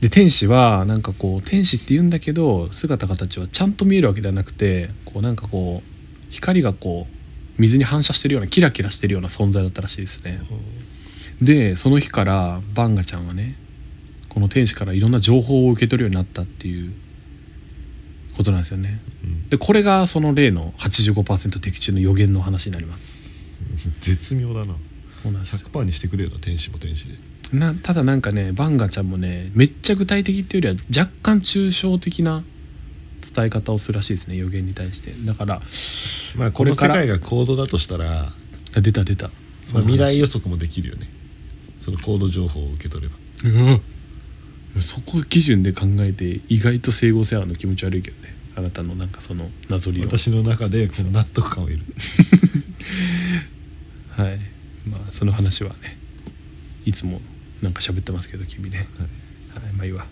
S2: で天使はなんかこう天使って言うんだけど姿形はちゃんと見えるわけではなくてこうなんかこう光がこう水に反射してるようなキラキラしてるような存在だったらしいですねでその日からバンガちゃんはねこの天使からいろんな情報を受け取るようになったっていうことなんですよね
S1: うん
S2: でこれがその例の85%的中の予言の話になります
S1: 絶妙だな
S2: そうなんですよ
S1: 100%にしてくれよな天使も天使で
S2: なただなんかねバンガちゃんもねめっちゃ具体的っていうよりは若干抽象的な伝え方をするらしいですね予言に対してだから
S1: まあこ
S2: こ
S1: の
S2: れ
S1: 世
S2: から
S1: 界が行動だとしたら
S2: あ出た出た
S1: まあ、
S2: の話
S1: 未来予測もできるよねその行動情報を受け取れば
S2: うんそこ基準で考えて意外と整合性あるの気持ち悪いけどねあなたのなんかその謎理論
S1: 私の中でこう納得感を得る
S2: はいまあその話はねいつもなんか喋ってますけど君ね、はい、まあいいわ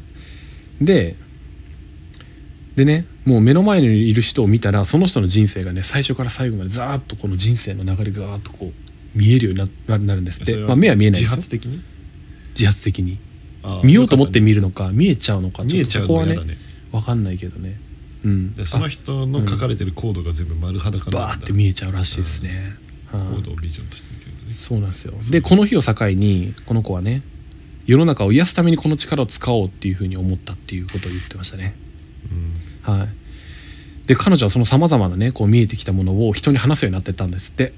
S2: ででねもう目の前にいる人を見たらその人の人生がね最初から最後までザーッとこの人生の流れがガーッとこう見えるようにななるんですっ
S1: そ
S2: て、
S1: れは
S2: まあ、目は見えないで
S1: 自
S2: す
S1: 発
S2: よ
S1: 的に
S2: 自発的に
S1: ああ
S2: 見ようと思って
S1: よ
S2: 見るのか見えちゃうの
S1: か
S2: か
S1: ったね見え
S2: ちょっと
S1: ちゃ
S2: そうこ
S1: の
S2: は
S1: 嫌
S2: ね
S1: だね
S2: 分かんないけどねうん
S1: でその人の書かれてるコードが全部丸裸
S2: あ
S1: にな
S2: バー
S1: ん
S2: っ
S1: だ
S2: て見えちゃうらしいですね、
S1: コ
S2: はい
S1: ードをビジョンとして見てるんだね
S2: そうなんですよでこの日を境にこの子はね世の中を癒すためにこの力を使おうっていうふうに思ったっていうことを言ってましたね
S1: うん
S2: はいで彼女はそのさまざまなねこう見えてきたものを人に話すようになってったんですって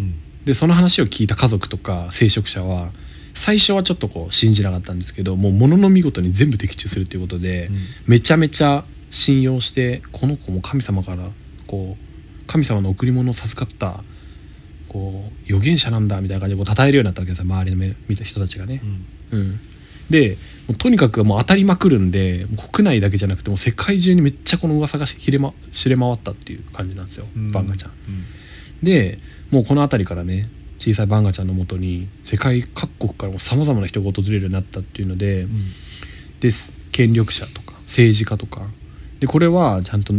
S1: うん
S2: でその話を聞いた家族とか聖職者は最初はちょっとこう信じなかったんですけどもうものの見事に全部的中するということで、
S1: うん
S2: めちゃめちゃ信用してこの子も神様からこう神様の贈り物を授かったこう預言者なんだみたいな感じでこう称えるようになったわけですよ周りの目見た人たちがね
S1: う。ん
S2: うん、でもうとにかくもう当たりまくるんでもう国内だけじゃなくてもう世界中にめっちゃこの噂がひれ、ま、知れ回ったっていう感じなんですよ、
S1: うん
S2: バンガちゃん。
S1: うん
S2: でもうこの辺りからね小さいバンガちゃんのもとに世界各国からもさまざまな人が訪れるようになったっていうので。です権力者とか政治家とかでこれはちゃんと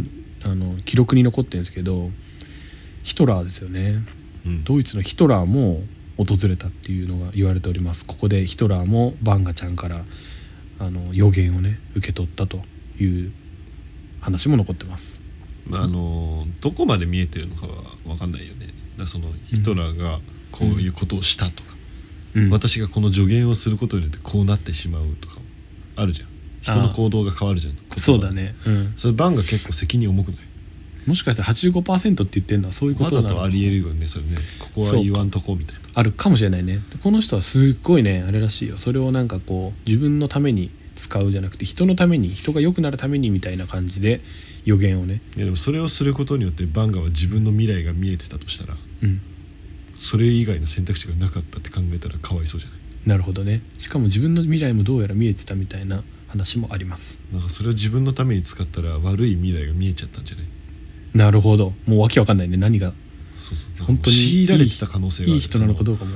S2: あの記録に残ってるんですけどヒトラーですよね
S1: うん
S2: ドイツのヒトラーも訪れたっていうのが言われておりますここでヒトラーもバンガちゃんからあの予言をね受け取ったという話も残ってます
S1: まああのどこまで見えてるのかは分かんないよねだからそのヒトラーがこういうことをしたとか、
S2: うん
S1: 私がこの助言をすることによってこうなってしまうとかもあるじゃん人の行動が変わるじゃん
S2: そうだね、うん、
S1: それバンが結構責任重くない
S2: もしかしたら85%って言ってるのはそういうこ
S1: わ
S2: と
S1: ざ
S2: なの
S1: とありえるよねそれねここは言わんとこみたいな
S2: あるかもしれないねこの人はすっごいねあれらしいよそれをなんかこう自分のために使うじゃなくて人のために人が良くなるためにみたいな感じで予言をね、
S1: いやでもそれをすることによってバンガは自分の未来が見えてたとしたら
S2: うん、
S1: それ以外の選択肢がなかったって考えたらかわいそうじゃない
S2: なるほどねしかも自分の未来もどうやら見えてたみたいな話もあります
S1: なんかそれを自分のために使ったら悪い未来が見えちゃったんじゃない
S2: なるほどもうわけわかんないね何が
S1: そうそう
S2: 本当に
S1: 強いられてた可能性がある
S2: いい人なのかどうかも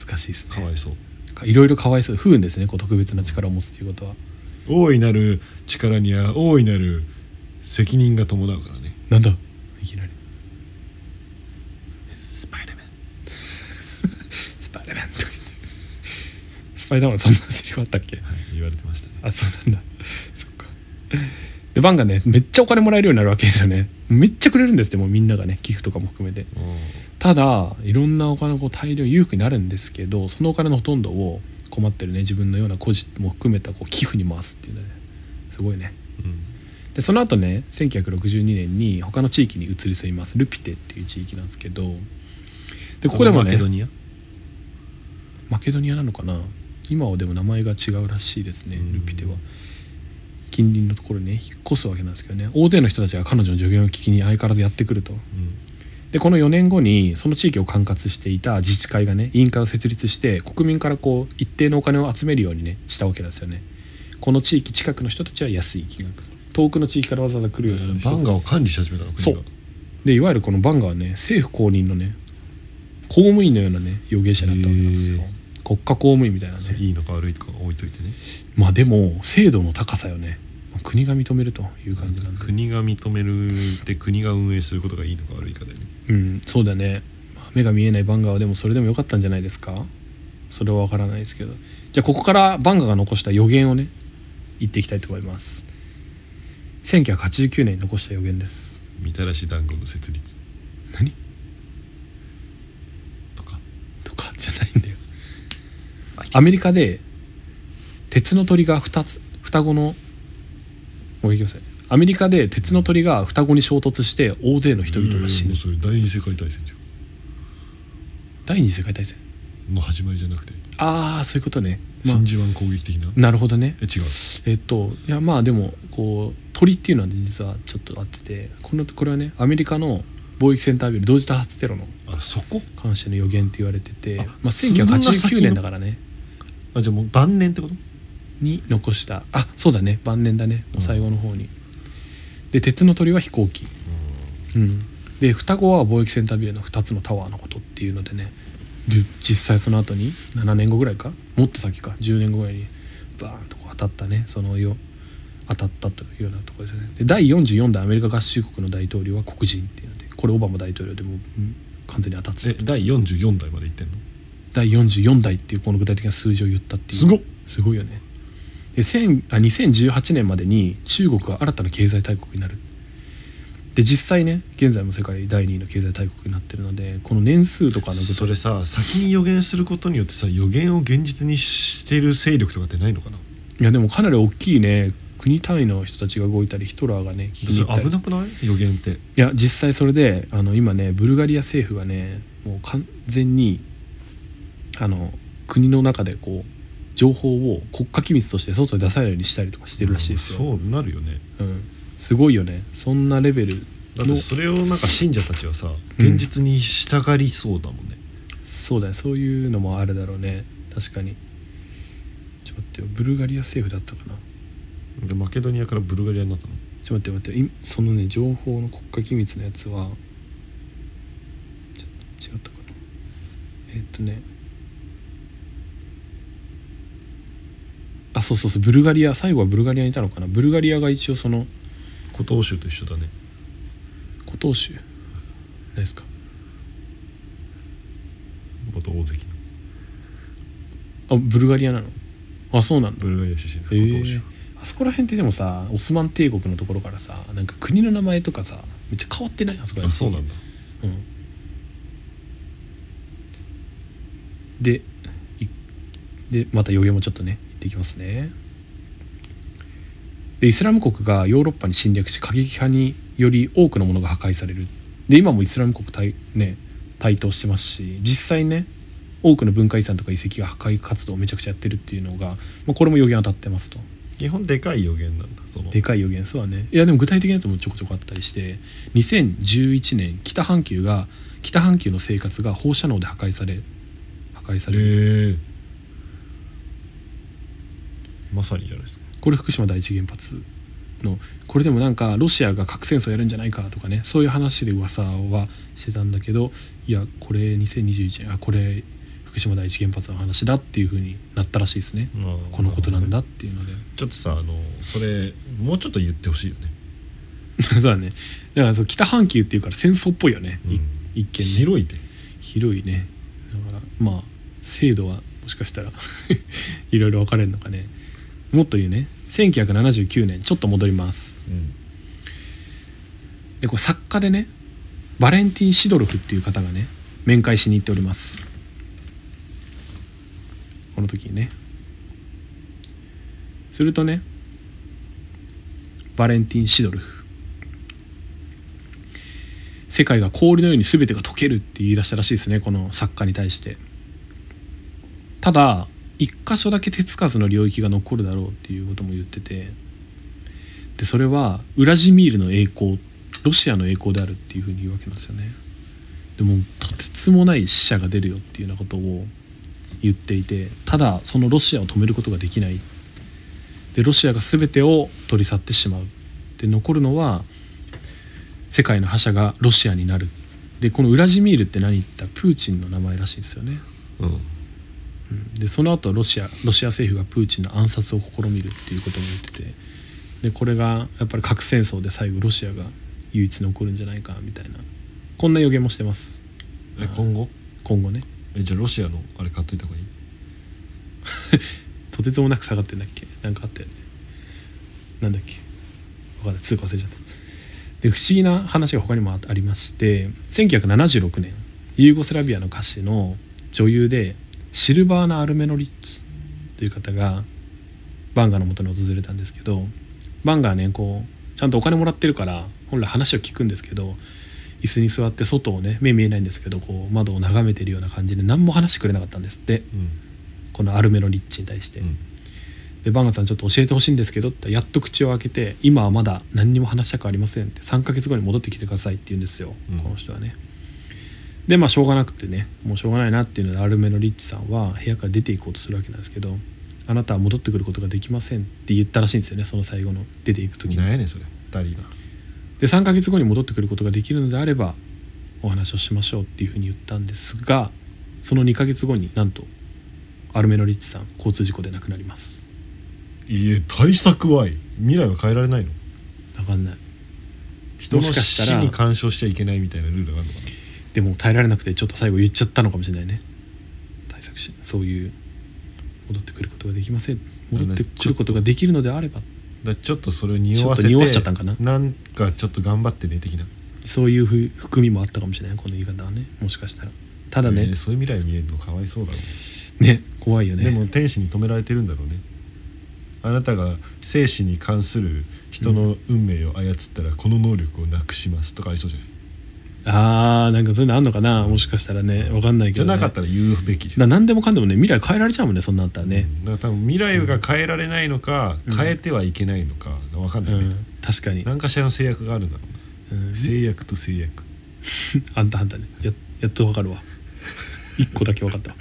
S2: 難しいで
S1: そ
S2: す
S1: のか
S2: ね
S1: わいそう
S2: いろいろかわいそう不運ですねこう特別な力を持つということは
S1: 大いなる力には大いなる責任が伴うからね
S2: なんだいきなり
S1: スパイダーマン
S2: スパイダーマンとか言ってスパイダーマンそんなセリフあったっけ
S1: はい言われてましたね
S2: あそうなんだそっかでバンがねめっちゃお金もらえるようになるわけですよねめっちゃくれるんですってもうみんながね寄付とかも含めてただいろんなお金をこう大量に裕福になるんですけどそのお金のほとんどを困ってるね自分のような個人も含めたこう寄付に回すっていうのはねすごいね
S1: うん
S2: でその後ね1962年に他の地域に移り住みますルピテっていう地域なんですけどでここでも
S1: マケ
S2: ね
S1: ドニア
S2: マケドニアなのかな今はでも名前が違うらしいですね
S1: うん
S2: ルピテは近隣のところにね引っ越すわけなんですけどね大勢の人たちが彼女の助言を聞きに相変わらずやってくると
S1: うん
S2: ででこの4年後にその地域を管轄していた自治会がね委員会を設立して国民からこう一定のお金を集めるようにねしたわけなんですよねこの地域近くの人たちは安い金額遠くの地域からわざわざ来るような
S1: バンガーを管理し始めたの国が
S2: そうでいわゆるこのバンガはね政府公認のね公務員のようなね予言者だったわけなんですよ
S1: へえ
S2: 国家公務員みたいなね
S1: いいのか悪いのか置いといてね
S2: まあでも制度の高さよね、まあ国が認めるという感じなんで
S1: 国が認めるって国が運営することがいいのか悪いかだよね
S2: うんそうだねまあ目が見えないバンガーはでもそれでもよかったんじゃないですかそれは分からないですけどじゃあここからバンガーが残した予言をね言っていきたいと思います1989年に残した予言です
S1: みたらし団子の設立
S2: 何
S1: とか
S2: とかじゃないんだよアメリカで鉄の鳥が2つ双子のもういきますねアメリカで鉄の鳥が双子に衝突して大勢の人々が死
S1: いやいやも
S2: ぬ
S1: うそれ第二次世界大戦じゃ
S2: 第二次世界大戦
S1: んの始まりじゃなくて、
S2: ああそういうことね、まあ
S1: 真、珠湾攻撃的な
S2: なるほどね
S1: え違う
S2: えっといやまあでもこう鳥っていうのは実はちょっとあっててこのこれはねアメリカの貿易センタービル同時多発テロの
S1: あそこ
S2: 関しての予言って言われてて
S1: あ
S2: まあ、
S1: そんな先の
S2: 1989年だからね
S1: あじゃあもう晩年ってこと
S2: に残したあそうだね晩年だねもう最後の方に、で鉄の鳥は飛行機、うん、で双子は貿易センタービルの2つのタワーのことっていうのでねで実際その後に7年後ぐらいかもっと先か10年後ぐらいにバーンとこう当たったねそのよ当たったというようなところですねで第44代アメリカ合衆国の大統領は黒人っていうのでこれオバマ大統領でもうん完全に当たって
S1: え
S2: た
S1: 第44代までいってんの
S2: 第44代っていうこの具体的な数字を言ったっていう
S1: すごっ
S2: すごいよねで1000あ2018年までに中国が新たな経済大国になるで実際ね現在も世界第2位の経済大国になってるのでこの年数とかの具体
S1: それさ先に予言することによってさ予言を現実にしてる勢力とかってないのかない
S2: やでもかなり大きいね国単位の人たちが動いたりヒトラーがね聞き
S1: それ
S2: に行ったり
S1: 危
S2: い
S1: なくない予言って
S2: や実際それであの今ねブルガリア政府がねもう完全にあの国の中でこう情報を国家機密として外に出さないようにしたりとかしてるらしいですよ、
S1: そうなるよね
S2: うん、すごいよねそんなレベル
S1: だって
S2: の
S1: それをなんか信者たちはさ
S2: うん
S1: 現実に従いそうだもんね、
S2: そうだねそういうのもあるだろうね確かにちょっと待ってよブルガリア政府だったかな
S1: でマケドニアからブルガリアになったの
S2: ちょっと待って待っていそのね情報の国家機密のやつはちょ違ったかなえーっとねあそうそうそうブルガリア最後はブルガリアにいたのかなブルガリアが一応その
S1: 古東州と一緒だね
S2: 古東州ないですか
S1: 元大関の
S2: あブルガリアなのあそうなんだ
S1: ブルガリア出身です
S2: え
S1: 古東州、
S2: ーあそこら辺ってでもさオスマン帝国のところからさなんか国の名前とかさめっちゃ変わってないあそこら辺
S1: あそうなんだ
S2: うんでいでまた予言もちょっとね言っていきますねでイスラム国がヨーロッパに侵略し過激派により多くのものが破壊されるで今もイスラム国対,、ね、台頭してますし実際ね多くの文化遺産とか遺跡が破壊活動をめちゃくちゃやってるっていうのが、まあ、これも予言当たってますと
S1: 基本でかい予言なんだその
S2: でかい予言そうだねいやでも具体的なやつもちょこちょこあったりして2011年北半球が北半球の生活が放射能で破壊され破壊さ
S1: え
S2: れる、
S1: ーまさにじゃないですか
S2: これ福島第一原発のこれでもなんかロシアが核戦争やるんじゃないかとかねそういう話で噂はしてたんだけどいやこれ2021年あこれ福島第一原発の話だっていうふうになったらしいですね
S1: あー
S2: このことなんだっていうので
S1: ちょっとさあのそれもうちょっと言ってほしいよね、
S2: (laughs) そうだねだからそう北半球っていうから戦争っぽいよね、い一見ね
S1: 広いで
S2: 広いねだからまあ精度はもしかしたら (laughs) いろいろ分かれるのかねもっと言うね1979年ちょっと戻ります
S1: うん
S2: でこれ作家でねバレンティン・シドルフっていう方がね面会しに行っておりますこの時にねするとねバレンティン・シドルフ世界が氷のように全てが溶けるって言い出したらしいですねこの作家に対してただ一箇所だけ手つかずの領域が残るだろうっていうことも言っててでそれはウラジミールの栄光ロシアの栄光であるっていうふうに言うわけなんですよねでもとてつもない死者が出るよっていうようなことを言っていてただそのロシアを止めることができないでロシアが全てを取り去ってしまうで残るのは世界の覇者がロシアになるでこのウラジミールって何言ったプーチンの名前らしいんですよね
S1: うん
S2: でその後ロシアロシア政府がプーチンの暗殺を試みるっていうことも言っててでこれがやっぱり核戦争で最後ロシアが唯一残るんじゃないかみたいなこんな予言もしてます
S1: え今後
S2: 今後ね
S1: えじゃあロシアのあれ買っといた方がいい
S2: とてつもなく下がってんだっけなんかあったよねなんだっけ分かんない通貨忘れちゃったで不思議な話が他にもあありまして1976年ユーゴスラビアの歌手の女優でシルバーナ・アルメノリッチという方がバンガーの元に訪れたんですけどバンガーねこうちゃんとお金もらってるから本来話を聞くんですけど椅子に座って外をね目見えないんですけどこう窓を眺めてるような感じで何も話してくれなかったんですって
S1: うん
S2: このアルメロリッチに対して、
S1: うん
S2: でバンガさんちょっと教えてほしいんですけどってやっと口を開けて「今はまだ何にも話したくありません」って3ヶ月後に戻ってきてくださいって言うんですよ、
S1: うん
S2: この人はねでまあしょうがなくてねもうしょうがないなっていうのでアルメのリッチさんは部屋から出ていこうとするわけなんですけど「あなたは戻ってくることができません」って言ったらしいんですよねその最後の出ていく時に
S1: 何やねんそれダリーナ
S2: で3ヶ月後に戻ってくることができるのであればお話をしましょうっていうふうに言ったんですがその2ヶ月後になんとアルメのリッチさん交通事故で亡くなります
S1: いえ対策はい未来は変えられないの
S2: 分かんない
S1: 人の
S2: もしかした
S1: 死
S2: ら
S1: に干渉しちゃいけないみたいなルールがあるのか
S2: でも耐えられなくてちょっと最後言っちゃったのかもしれないね対策しそういう戻ってくることができません戻ってくることができるのであれば
S1: なだからちょっとそれを匂わせ
S2: ちょっと
S1: て
S2: 匂わしちゃったんかなん
S1: かちょっと頑張ってね的な
S2: そういうふう含みもあったかもしれないこの言い方はねもしかしたらただ
S1: え
S2: ね
S1: ー、そういう未来見えるのかわいそうだろ
S2: ね怖いよ
S1: う、
S2: ね
S1: でも天使に止められてるんだろうねあなたが生死に関する人の運命を操ったらこの能力をなくしますとかありそうじゃない、
S2: あーなんかそういうのあんのかなもしかしたらねわかんないけ
S1: じゃ
S2: ど、ね、
S1: なかったら言うべきじゃん
S2: な何でもかんでもね未来変えられちゃうもんねそんなんあったらね、
S1: うんだから多分未来が変えられないのか、
S2: うん
S1: 変えてはいけないのか分かん
S2: う
S1: ない
S2: ん
S1: ね、
S2: 確かに、
S1: 何かしらの制約があるんだろうな
S2: うん
S1: 制約と制約
S2: あんたあんたねややっとわかるわ一個だけわかったわ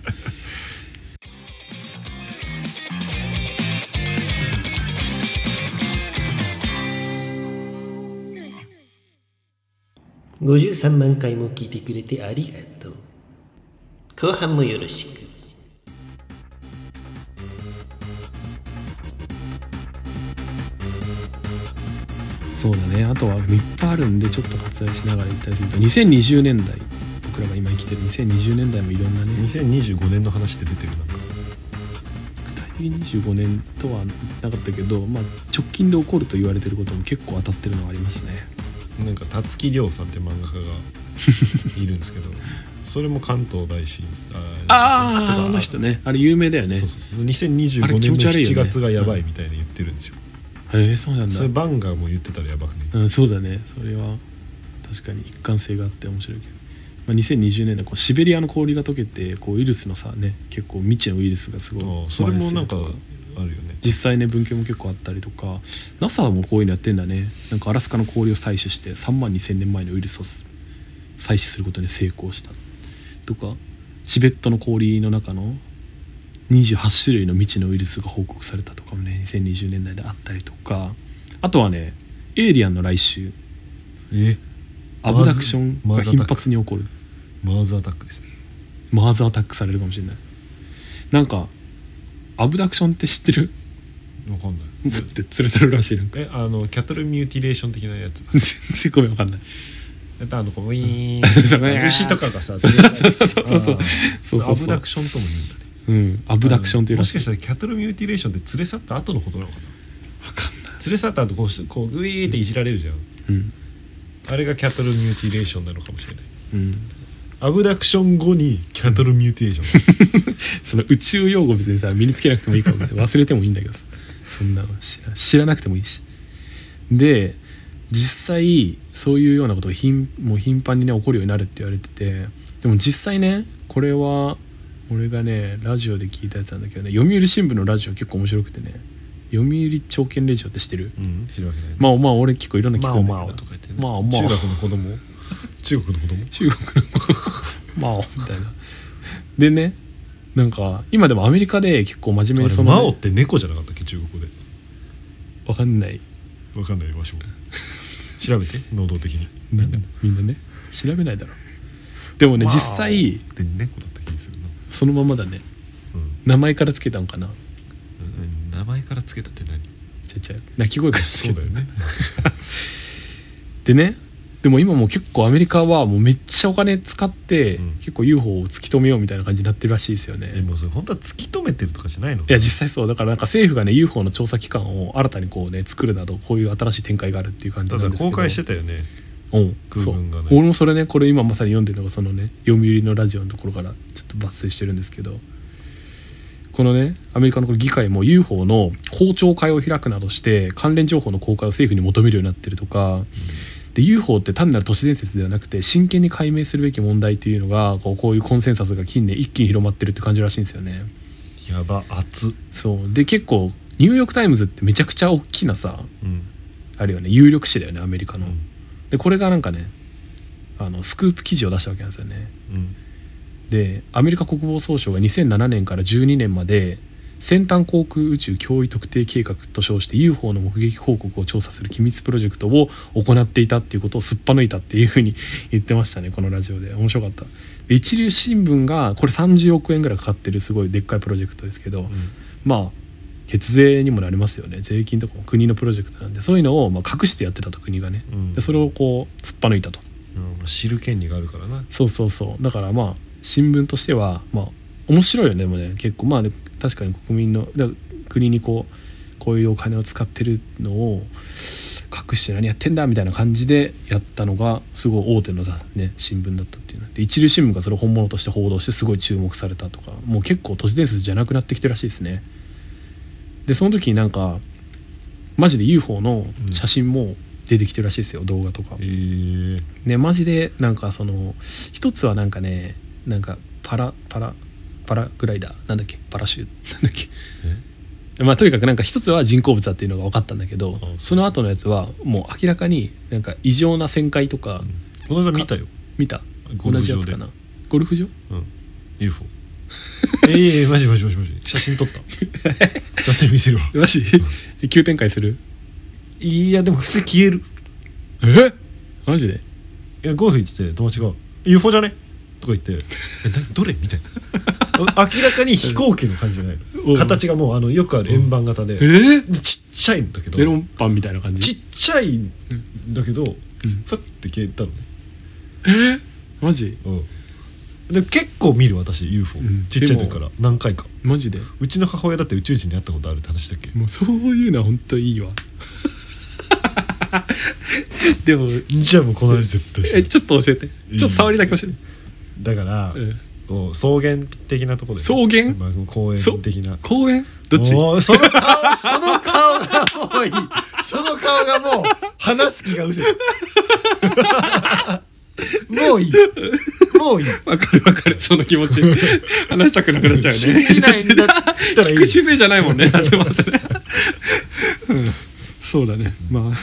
S4: 53万回も聞いてくれてありがとう後半もよろしく
S2: そうだねあとはいっぱいあるんでちょっと割愛しながら言ったりすると2020年代僕らが今生きてる2020年代もいろんなね
S1: 2025年の話って出てるなんか
S2: 具体的に25年とはなかったけど、まあ、直近で起こると言われてることも結構当たってるのはありますね
S1: なんか辰木亮さんって漫画家がいるんです
S2: (laughs)
S1: けどそれも関東大震災と
S2: あ
S1: か
S2: ああの人ねあれ有名だよね
S1: そうそうそう2025
S2: あれ気
S1: 年の
S2: 持ち悪いよね
S1: 7月がやばいみたいに言ってるんですよ
S2: へえそうなんだ
S1: それバンガーも言ってたらやばくね
S2: うん、そうだねそれは確かに一貫性があって面白いけど、まあ、2020年代こうシベリアの氷が溶けてこうウイルスのさね結構未知のウイルスがすごい
S1: ああそれもなんか
S2: 蔓延すると
S1: あるよね
S2: 実際ね文献も結構あったりとか NASA もこういうのやってんだねなんかアラスカの氷を採取して3万2,000年前のウイルスを採取することに成功したとかチベットの氷の中の28種類の未知のウイルスが報告されたとかもね2020年代であったりとかあとはねエイリアンの来襲
S1: え
S2: アブダクションが頻発に起こる
S1: マーズアタックですね
S2: マーズアタックされるかもしれないなんかアブダクションって知ってる (laughs)
S1: わかんな
S2: ふ (laughs)
S1: い
S2: って連れ去るらしいなんか
S1: えあのキャトルミューティレーション的なやつ
S2: 全然ごめんわかんない
S1: あとあのこうウィ
S2: (laughs) そう
S1: ーン牛とかがさそうそう
S2: (laughs) そうそうそうそうそ
S1: ア
S2: うそう
S1: ブダクションとも言うんだね
S2: うん、アブダクションっていう
S1: も
S2: ら
S1: し
S2: しい。
S1: かしたらキャトルミューティレーションって連れ去った後のことなのかな
S2: わかんない。
S1: 連れ去った後こうしこうグイーっていじられるじゃん、
S2: うん、
S1: あれがキャトルミューティレーションなのかもしれない
S2: うん、
S1: アブダクション後にキャトルミューティレーション
S2: その宇宙用語別にさ身につけなくてもいいから別に忘れてもいいんだけどさ、そんなの知ら知らなくてもいいし。で、実際そういうようなことが頻もう頻繁にね起こるようになるって言われてて、でも実際ねこれは俺がねラジオで聞いたやつなんだけどね、読売新聞のラジオ結構面白くてね、読売朝見レジオって知ってる？
S1: うん知るわけないね
S2: まあまあ俺結構いろんな聞くん
S1: マ
S2: だけ
S1: オマ
S2: ど
S1: オとか言ってね
S2: まあまあ
S1: 中学の子供中国の子供
S2: 中国の (laughs) マオみたいなでねなんか今でもアメリカで結構真面目
S1: あ
S2: に
S1: れ
S2: そのね、
S1: マオって猫じゃなかったっけ中国語で
S2: わかんない
S1: わかんないわしも調べて能動的に
S2: なんだみんなね調べないだろでもね
S1: マオ
S2: 実際
S1: って猫だった気がするな、
S2: そのままだね
S1: うん
S2: 名前からつけたんかな
S1: うん、名前からつけたって何
S2: ちっちゃい鳴き声からつ
S1: そ
S2: け
S1: う
S2: た
S1: だよね
S2: でねでも今もう結構アメリカはもうめっちゃお金使って、
S1: うん
S2: 結構 UFO を突き止めようみたいな感じになってるらしいですよね、
S1: えもうそれ本当は突き止めてるとかじゃないの
S2: いや実際そうだからなんか政府がね UFO の調査機関を新たにこうね作るなどこういう新しい展開があるっていう感じ
S1: た
S2: な
S1: だ
S2: んですけど
S1: 公開してたよね
S2: うん
S1: 空軍がね
S2: そう俺もそれねこれ今まさに読んでるのがそのね読売のラジオのところからちょっと抜粋してるんですけどこのねアメリカのこの議会も UFO の公聴会を開くなどして関連情報の公開を政府に求めるようになってるとか、で UFO って単なる都市伝説ではなくて真剣に解明するべき問題というのがこうこういうコンセンサスが近年一気に広まってるって感じらしいんですよね。
S1: やば熱
S2: そうで結構ニューヨーク・タイムズってめちゃくちゃ大きなさ
S1: うん
S2: あるよね有力誌だよねアメリカの、
S1: うん
S2: でこれがなんかねあのスクープ記事を出したわけなんですよね
S1: うん
S2: でアメリカ国防総省が2007年から12年まで先端航空宇宙脅威特定計画と称して UFO の目撃報告を調査する機密プロジェクトを行っていたっていうことをすっぱ抜いたっていうふうに言ってましたねこのラジオで面白かったで一流新聞がこれ30億円ぐらいかかってるすごいでっかいプロジェクトですけど、まあ血税にもなりますよね税金とかも国のプロジェクトなんでそういうのをまあ隠してやってたと国がね、
S1: うん
S2: でそれをこう突っぱ抜いたと
S1: うん知る権利があるからな
S2: そうそうそうだからまあ新聞としてはまあ面白いよねでもね結構まあね確かに国民のだ国にこうこういうお金を使ってるのを隠して何やってんだみたいな感じでやったのがすごい大手のだ、ね、新聞だったっていうので一流新聞がそれを本物として報道してすごい注目されたとかもう結構都市伝説じゃなくなってきてるらしいですねでその時になんかマジで UFO の写真も出てきてるらしいですよ、動画とか
S1: えー、
S2: ねマジでなんかその一つはなんかねなんかパラパラパラグライダーなんだっけパラシュートなんだっけまあとにかくなんか一つは人工物だっていうのが分かったんだけど
S1: そう
S2: その後のやつはもう明らかになんか異常な旋回とか
S1: この間見たよ、
S2: 見た
S1: ゴル
S2: 同
S1: フ
S2: じや
S1: 場
S2: つ
S1: で
S2: かなゴルフ場
S1: うん、UFO (laughs) えー、えー、マジマジマジマジ写真撮った (laughs) 写真見せるわ
S2: マジ (laughs) 急展開する
S1: いやでも普通消える
S2: えマジで
S1: いやゴルフ行ってて友達が「UFO じゃね?」とか言って「えなどれ?」みたい (laughs) な明らかに飛行機の感じじゃないの、
S2: うん
S1: 形がもうあのよくある円盤型で、
S2: え
S1: でちっちゃいんだけど
S2: メロンパンみたいな感
S1: ち
S2: じ
S1: っちゃいんだけど、ふって消えたのね、
S2: えマジ
S1: うん、で結構見る私 UFO、
S2: ん
S1: ちっちゃい時から何回か
S2: マジで
S1: うちの母親だって宇宙人に会ったことあるって話だっけ
S2: もうそういうのは本当いいわ (laughs) でも
S1: じゃあもうこの味絶対しな
S2: え
S1: い
S2: ちょっと教えてちょっと触りだけ教えて、
S1: だから、
S2: うん
S1: こう草原的なところで、
S2: 草原
S1: まあ、公園的な
S2: 公園どっち
S1: もうその顔その顔がも
S2: (laughs)
S1: ういいその顔がもう話す気がうせもういいもういい
S2: わかるわかるその
S1: (laughs)
S2: 気持ち話したくなくなっちゃうよね
S1: 信じないんだったらいい
S2: (laughs) 聞く姿勢じゃないもん
S1: (laughs)
S2: ねでもそれ、うん、 (laughs) そうだねまあま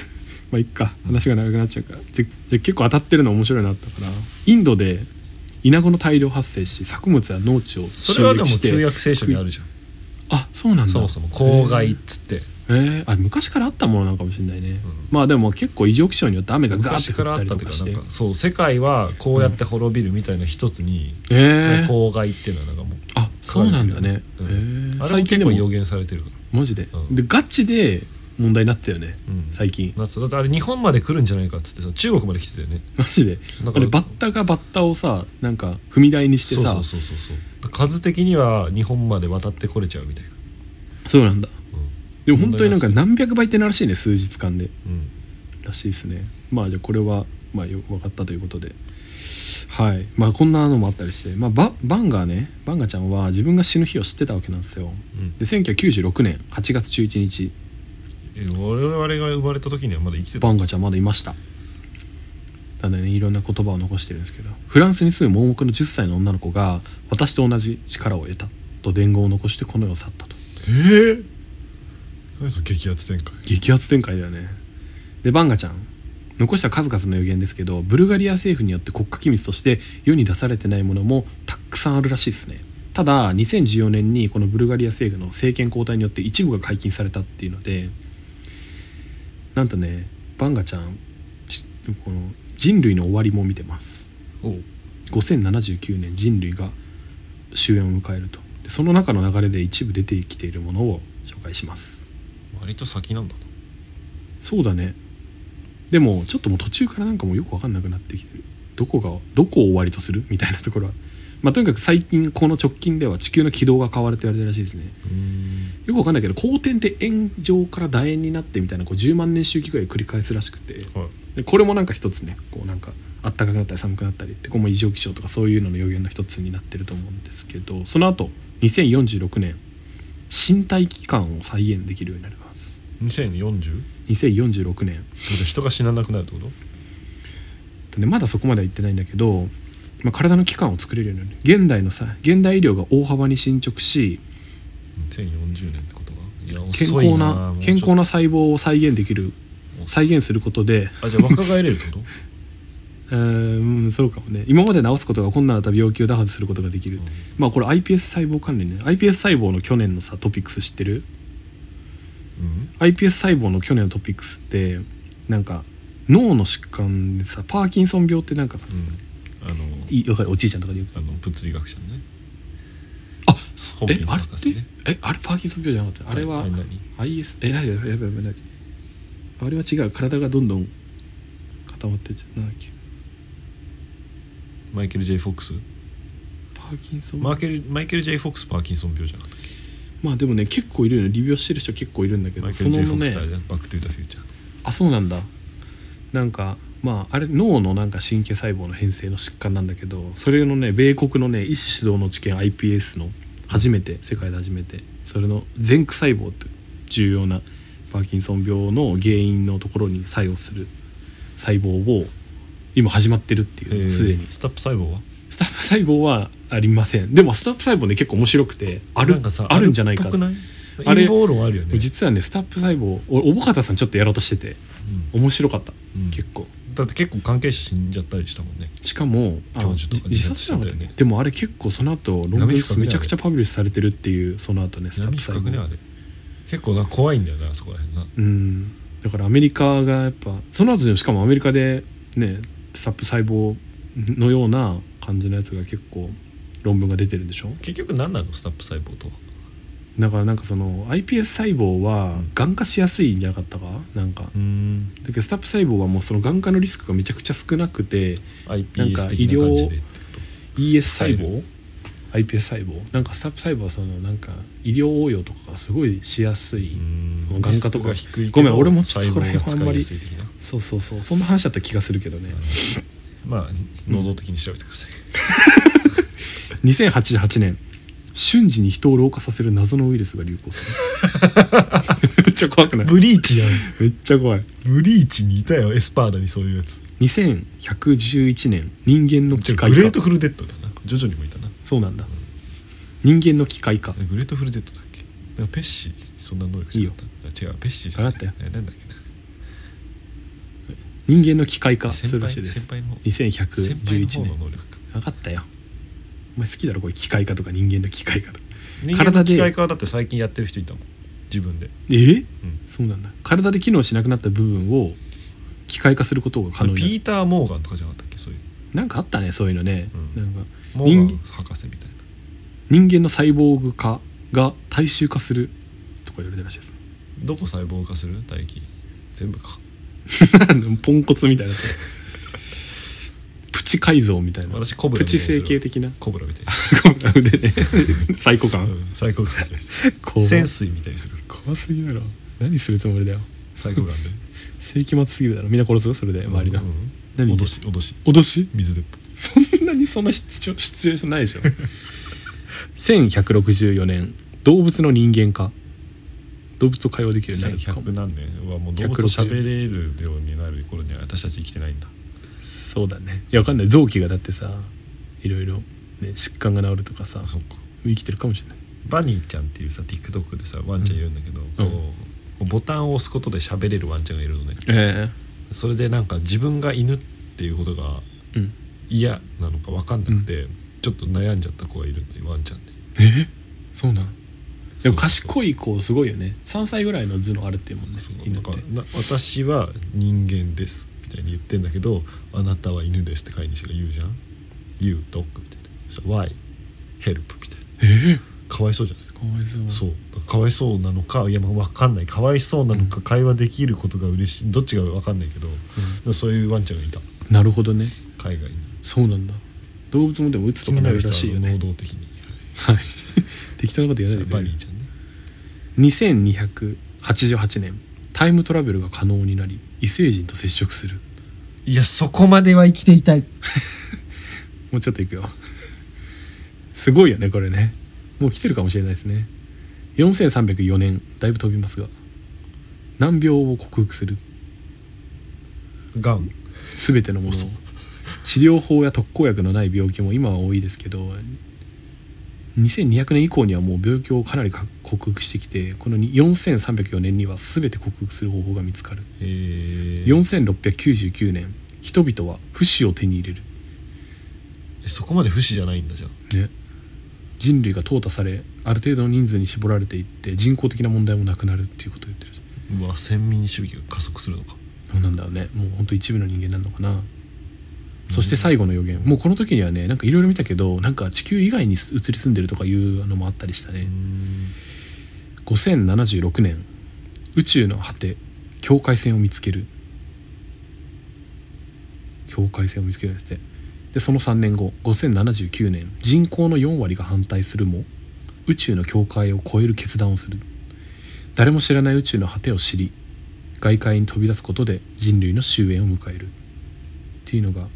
S2: あいっか話が長くなっちゃうからじゃじゃあ結構当たってるの面白いなったからインドでイナゴの大量発生し作物や農地を
S1: それはでも
S2: 襲撃して
S1: 通訳聖書にあるじゃん
S2: あそうなんだ
S1: そもそも公害っつって
S2: えー、あ昔からあったものなのかもしれないね、まあでも結構異常気象によって雨がガーッ
S1: 昔
S2: て
S1: か
S2: 降
S1: らあ
S2: った
S1: っ
S2: り
S1: た
S2: と
S1: という
S2: か
S1: か
S2: して
S1: なんかそう世界はこうやって滅びるみたいな一つに、
S2: えー、
S1: 公害っていうのはなんかもう
S2: あそうなんだね、
S1: うん
S2: えー
S1: あれも
S2: 最
S1: 結
S2: 近で
S1: 構
S2: も
S1: 予言されてるから
S2: マジで、
S1: うん
S2: でガチで問題になってたよね、
S1: うん
S2: 最近
S1: だってだってあれ日本まで来るんじゃないかっつってさ中国まで来てたよね
S2: マジで
S1: だか
S2: あ
S1: ら
S2: れバッタがバッタをさなんか踏み台にして
S1: そう
S2: さ
S1: そうそうそうそう数的には日本まで渡ってこれちゃうみたいな、
S2: そうなんだでも本当になんか
S1: 問
S2: 何百倍ってなるらしいね数日間で
S1: うんうん、
S2: らしいですねまあじゃあこれはまあよく分かったということではいまあこんなのもあったりして、まあ、ババンガーねバンガちゃんは自分が死ぬ日を知ってたわけなんですよ、
S1: ん
S2: で1996年8月11日
S1: え我々が生まれた時にはまだ生きてた
S2: バンガちゃんまだいましたただねいろんな言葉を残してるんですけどフランスに住む盲目の10歳の女の子が私と同じ力を得たと伝言を残してこの世を去ったと
S1: ええ何その激アツ展開
S2: 激アツ展開だよねでバンガちゃん残した数々の予言ですけどブルガリア政府によって国家機密として世に出されてないものもたくさんあるらしいですねただ2014年にこのブルガリア政府の政権交代によって一部が解禁されたっていうのでなんとねバンガちゃんちこの人類の終わりも見てます
S1: おう
S2: 5079年人類が終焉を迎えるとでその中の流れで一部出てきているものを紹介します
S1: 割と先なんだな
S2: そうだねでもちょっともう途中からなんかもうよく分かんなくなってきてるどこがどこを終わりとするみたいなところはまあとにかく最近この直近では地球の軌道が変わると言われてるらしいですねよく分かんないけど公転って円上から楕円になってみたいなこう10万年周期ぐらいを繰り返すらしくて
S1: はい
S2: でこれもなんか一つねこうなんか暖かくなったり寒くなったりってこうもう異常気象とかそういうのの予言の一つになってると思うんですけどその後2046年身体期間を再現できるようになります
S1: 2040? ってこ
S2: 2046年
S1: とは人が死ななくなるってこと
S2: でまだそこまでは行ってないんだけど、まあ、体の器官を作れるようになる現代のさ現代医療が大幅に進捗し
S1: ?2040 年ってことはいや
S2: 健
S1: 遅い
S2: 康な
S1: なもうちょ
S2: 健
S1: っと
S2: 康な細胞を再現できる再現することで
S1: あじゃあ若返れるってこと
S2: (laughs) うーんそうかもね今まで治すことが困難だった病気を打破することができる、まあこれ iPS 細胞関連ね iPS 細胞の去年のさトピックス知ってる
S1: うん、
S2: iPS 細胞の去年のトピックスってなんか脳の疾患でさパーキンソン病ってなんかさ
S1: うん、あの
S2: いわかるおじいちゃんとかで言う
S1: あの物理学者のね
S2: あ
S1: ホーキンス博士ね
S2: えあれってえあれパーキンソン病じゃなかったあれは
S1: あれ何
S2: IS え何やばいやばいやばいやばいあれは違う体がどんどん固まってっちゃうなんだっけ
S1: マイケル・ J ・フォックス
S2: パーキンソン
S1: マーケルマイケル・ J ・フォックスパーキンソン病じゃなかったっけ
S2: まあでもね結構いるよねリ病してる人結構いるんだけ
S1: マ
S2: ど
S1: イケ
S2: そ
S1: ル・
S2: の
S1: J ・フォックス
S2: ね
S1: とあれだよバック・トゥ・ザ・フューチャー
S2: あそうなんだなんかまああれ脳のなんか神経細胞の変性の疾患なんだけどそれのね米国のね一子動の治験 iPS の初めて世界で初めてそれの前駆細胞って重要なパーキンソン病の原因のところに作用する細胞を今始まってるっていう
S1: えー
S2: すでに
S1: スタップ細胞は
S2: スタッフ細胞はありませんでもスタッフ細胞ね結構面白くてある
S1: なんかさ
S2: あるんじゃない
S1: あ
S2: か
S1: れっぽくない
S2: あ
S1: 陰
S2: れ
S1: 謀論あるよね、
S2: 実はねスタッフ細胞お小保方さんちょっとやろうとしてて
S1: う
S2: 面白かった、
S1: うん
S2: 結構
S1: ん、だって結構関係者死んじゃったりしたもんね
S2: しかもあ
S1: 教授とか
S2: 自殺じゃなかっ
S1: 自殺してた
S2: た
S1: よ
S2: ね
S1: ね
S2: でもあれ結構その後論文
S1: 闇深くね
S2: めちゃくちゃパブリッシュされてるっていうその後ねスタッ
S1: 闇
S2: フ細
S1: 深くねあ
S2: 胞
S1: れ結構な怖いんだよなあそこら辺な
S2: うんだからアメリカがやっぱその後にしかもアメリカでねスタッフ細胞のような感じのやつが結構論文が出てるんでしょ
S1: 結局何なのスタップ細胞とは
S2: だからなんかその iPS 細胞はがん化しやすいんじゃなかったかなんか
S1: うん
S2: だけどスタッフ細胞はもうそのがん化のリスクがめちゃくちゃ少なくて
S1: iPS 的な感じでってこと
S2: ES 細胞 iPS 細胞なんかスタッフ細胞はそのなんか医療応用とかがすごいしやすい、
S1: うん
S2: その眼科とか
S1: リスクが低いけど
S2: ごめん俺もそ
S1: 細
S2: こら
S1: 胞が
S2: 辺はあん
S1: 使
S2: ま
S1: い
S2: り
S1: やすい的な
S2: そうそうそうそんな話だった気がするけどね
S1: まあ能動的に調べてください、
S2: 2088年瞬時に人を老化させる謎のウイルスが流行す
S1: (laughs)
S2: るめっちゃ怖くない
S1: ブリーチやん
S2: めっちゃ怖い
S1: ブリーチにいたよエスパーダにそういうやつ
S2: 2111年人間の
S1: じ
S2: 機
S1: ゃあ
S2: 械
S1: グレート
S2: 化
S1: フルデッドだな徐々にもいたな
S2: そうなんだ人間の機械化
S1: グレートフルデッドだっけなんかペッシーそんな能力じゃなかったあ違うペッシーじゃ
S2: わかった
S1: えなんだっけな
S2: 人間の機械化す
S1: 先
S2: る
S1: 輩
S2: らしいです
S1: 先輩の方先輩の
S2: 2111
S1: 方
S2: 年
S1: の能力か
S2: 分かったよお前好きだろこれ機械化とか人間の機械化とか
S1: 人間
S2: 体
S1: の
S2: で
S1: 機械化はだって最近やってる人いたもん自分で
S2: え、
S1: ん
S2: そうなんだ体で機能しなくなった部分を機械化することが可能にな
S1: ピ
S2: る
S1: ーター・モーガンとかじゃなかったっけそういう
S2: なんかあったねそういうのね、
S1: うん
S2: なんか
S1: モーガ
S2: 人
S1: ン博士みたいな
S2: 人間のサイボーグ化が大衆化するとか言われてるらしいですね (laughs)
S1: どこ細胞化する唾液全部か
S2: ポンコツみたいなプチ改造みたいな
S1: 私コブラ
S2: プ
S1: みたい
S2: チ
S1: にする
S2: 整形的な
S1: コブラみたい
S2: (laughs) 腕ね最高感
S1: な、うん、サイコガンみたいにす
S2: こ
S1: る
S2: う
S1: 潜水みたいにする
S2: 怖すぎだろ何するつもりだよ
S1: サイコガンで
S2: 世紀末すぎるだろみんな殺すよそれで周りの、
S1: うん
S2: 何
S1: 脅し脅し
S2: 脅し
S1: 水鉄
S2: そんなにそんなシチュシチュエーションないでしょ1164年動物の人間化動物と会話できるよう
S1: 砲
S2: になるか
S1: 1100
S2: も
S1: 何年はもう動物と喋れるようになる頃には私たち生きてないんだ
S2: そうだねいやわかんない臓器がだってさいろいろ、ね、疾患が治るとかさ
S1: あそっか
S2: 生きてるかもしれない
S1: バニーちゃんっていうさ TikTok でさワンちゃんいるんだけど、
S2: うん
S1: こうボタンを押すことで喋れるワンちゃんがいるのね
S2: え
S1: それでなんか自分が犬っていうことが
S2: うん
S1: 嫌なのか分かんなくて、ちょっと悩んじゃった子がいるんだよワンちゃんで
S2: えそうなのでも
S1: い
S2: 賢い子すごいよね3歳ぐらいの頭脳あるっていうもんね
S1: そうな
S2: 犬っ
S1: んか
S2: て
S1: な私は人間ですみたいに言ってんだけどあなたは犬ですって飼い主が言うじゃん「You dog」みたいなそしたら「Why help」みたいな
S2: え
S1: かわいそうじゃないか
S2: かわいそう
S1: そうかわいそうなのかいやまあ分かんないかわいそうなのか、会話できることが嬉しいどっちが分かんないけど、そういうワンちゃんがいた
S2: なるほどね
S1: 海外に
S2: そうなんだ動物もでも鬱と
S1: 気
S2: か
S1: に
S2: な
S1: な
S2: る
S1: る
S2: らしい
S1: 人
S2: よ
S1: は
S2: ね
S1: 能動的に、
S2: はい (laughs) 適当なこと言
S1: は、
S2: わないいでく
S1: バ
S2: れ
S1: ニ
S2: る
S1: ーちゃんね
S2: 2288年タイムトラベルが可能になり異星人と接触する
S1: いやそこまでは生きていたい
S2: もうちょっといくよすごいよねこれねもう来てるかもしれないですね4304年だいぶ飛びますが難病を克服する
S1: ガン
S2: 全てのものを治療法や特効薬のない病気も今は多いですけど2200年以降にはもう病気をかなり克服してきてこの4304年には全て克服する方法が見つかる
S1: えー、
S2: 4699年人々は不死を手に入れ
S1: えそこまで不死じゃないんだじゃん
S2: る、ね、人類が淘汰されある程度の人数に絞られていって人工的な問題もなくなるっていうことを言ってる
S1: うわ先民主義が加速するのか
S2: どうなんだろうねもうほんと一部の人間なのかな、そして最後の予言もうこの時にはねなんかいろいろ見たけどなんか地球以外に移り住んでるとかいうのもあったりしたね、5076年宇宙の果て境界線を見つける境界線を見つけるんですってでその3年後5079年人口の4割が反対するも宇宙の境界を越える決断をする誰も知らない宇宙の果てを知り外界に飛び出すことで人類の終焉を迎えるっていうのが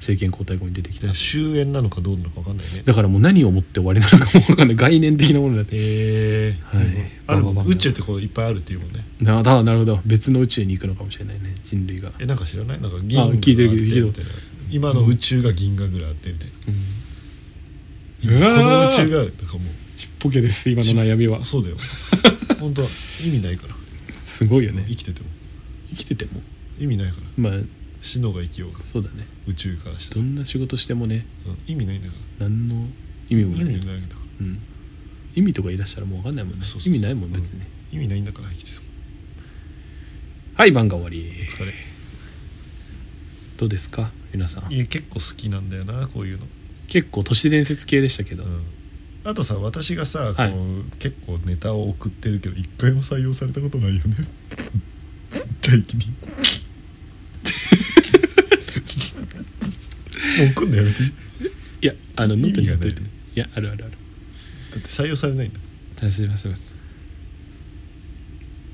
S2: 政権交代後に出てきた
S1: で終焉なのかどうなのか分かんないね
S2: だからもう何をもって終わりなのかも分かんない概念的なものになって
S1: えー
S2: はい
S1: でもある
S2: バンバンバン
S1: 宇宙ってこういっぱいあるっていうもんね
S2: な (laughs) だなるほど別の宇宙に行くのかもしれないね人類が、
S1: えなんか知らないなんか銀河
S2: あ聞いてる
S1: があって
S2: 聞いてる
S1: みたいな今の宇宙が銀河ぐらいあってみたいな、
S2: うわ
S1: この
S2: ー
S1: 宇宙がなんかも
S2: ちっぽけです今の悩みは
S1: うそうだ
S2: (laughs)
S1: よ本当は意味ないから
S2: すごいよね
S1: 生きてても
S2: 生きてても
S1: 意味ないから
S2: まあ
S1: 死のうが生きようが
S2: そうだね
S1: 宇宙からした
S2: ど
S1: ら、
S2: んな仕事してもね
S1: うん意味ないんだか
S2: 何の意味
S1: ら
S2: も
S1: 意
S2: ない
S1: 味ないんだから
S2: うん、意味とか言い出したらもう分かんないもんね
S1: そうそうそう
S2: 意味ないもん別に、
S1: 意味ないんだから生きてても
S2: はい番が終わり
S1: 疲れ
S2: どうですか皆さん
S1: いや結構好きなんだよなこういうの、
S2: 結構都市伝説系でしたけど、
S1: うん、あとさ私がさ、
S2: はい
S1: こう結構ネタを送ってるけど一回も採用されたことないよね大気にもう送んのやめていい
S2: いやあのノートに
S1: 意味が
S2: 貼っ
S1: ない
S2: といていやあるあるある
S1: だって採用されないんだ
S2: 楽しみますます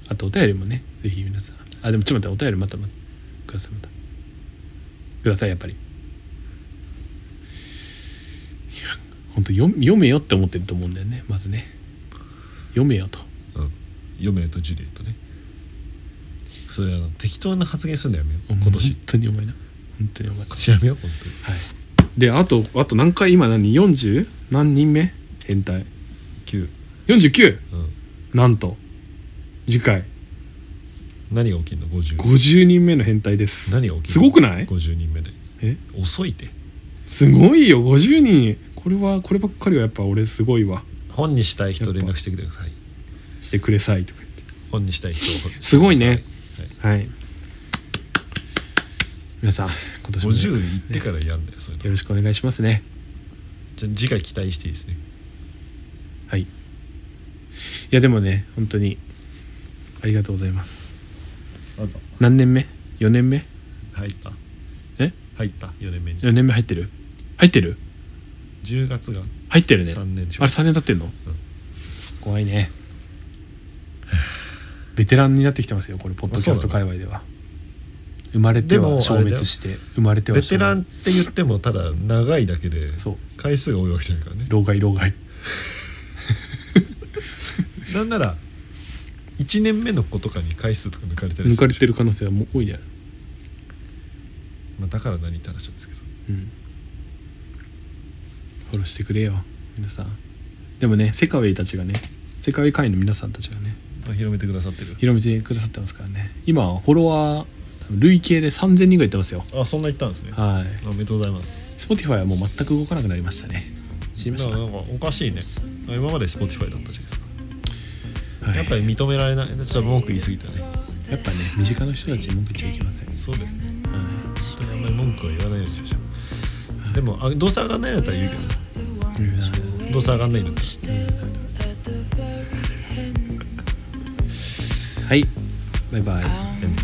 S2: あとお便りもねぜひ皆さんあでもちょっと待ってお便りまたまたくださいまたくださいやっぱりいや本当読読めよって思ってると思うんだよねまずね読めよと
S1: うん、ヨメとジュリエットねそれあの適当な発言するのやめよう今
S2: 本
S1: 年
S2: 当にお前な本当にお前
S1: 今年やめよう本当に
S2: はいであとあと何回今何 40? 何人目変態
S1: 9
S2: 49
S1: うん
S2: なんと次回
S1: 何が起きんの50
S2: 50人目の変態です
S1: 何が起きんの
S2: すごくない
S1: 50人目で
S2: え
S1: 遅いて
S2: すごいよ50人これはこればっかりはやっぱ俺すごいわ
S1: 本にしたい人連絡してください
S2: してくれさいとか言って
S1: 本にしたい人を
S2: すごいね
S1: はい
S2: はい皆さん今年もね
S1: 50いってからやんだよそういう
S2: よ
S1: の
S2: ろしくお願いしますね
S1: じゃあ次回期待していいですね
S2: はいいやでもね本当にありがとうございます
S1: どうぞ
S2: 何年目 ?4 年目
S1: 入った
S2: え
S1: 入った4年目に
S2: ?4 年目入ってる入ってる
S1: 10月が
S2: 入ってるね
S1: 3年でしょ
S2: あれ3年経ってんの、怖いねベテランになってきてますよこれポッドキャスト界隈では生まれて
S1: で
S2: は
S1: も
S2: 消滅して生まれては
S1: ベテ
S2: 消
S1: ランっ
S2: 滅
S1: て言ってもただ長いだけで
S2: そう
S1: 回数が多いわけじゃないからね
S2: 老害老害
S1: なんなら1年目の子とかに回数とか抜かれたり
S2: 抜
S1: す
S2: か
S1: る
S2: れ
S1: でしょ
S2: てる可能性はもう多いである、
S1: まあ、だから何って話なんですけど
S2: うん、フォローしてくれよ皆さんでもね世界たちがね世界会の皆さんたちがね
S1: まあ広めてくださってる
S2: 広めてくださってますからね今フォロワー累計で3000人ぐらい行ってますよ
S1: あそんな言ったんですね
S2: はい
S1: おめでとうございます。
S2: Spotify はもう全く動かなくなりましたね知りまし
S1: だ
S2: た
S1: からなんかおかしいね。今まで Spotify だったじゃないですか。
S2: はい
S1: やっぱり認められない。ちょっと文句言い過ぎたね。
S2: やっぱね身近な人たちに文句言っちゃいけません、はい
S1: そうですね。本当にあんまり文句は言わないようにしましょう。でもあどうせ上がんないんだったら言うけどね。どうせ上がんないんだったら。
S2: はいバイバイ
S1: でも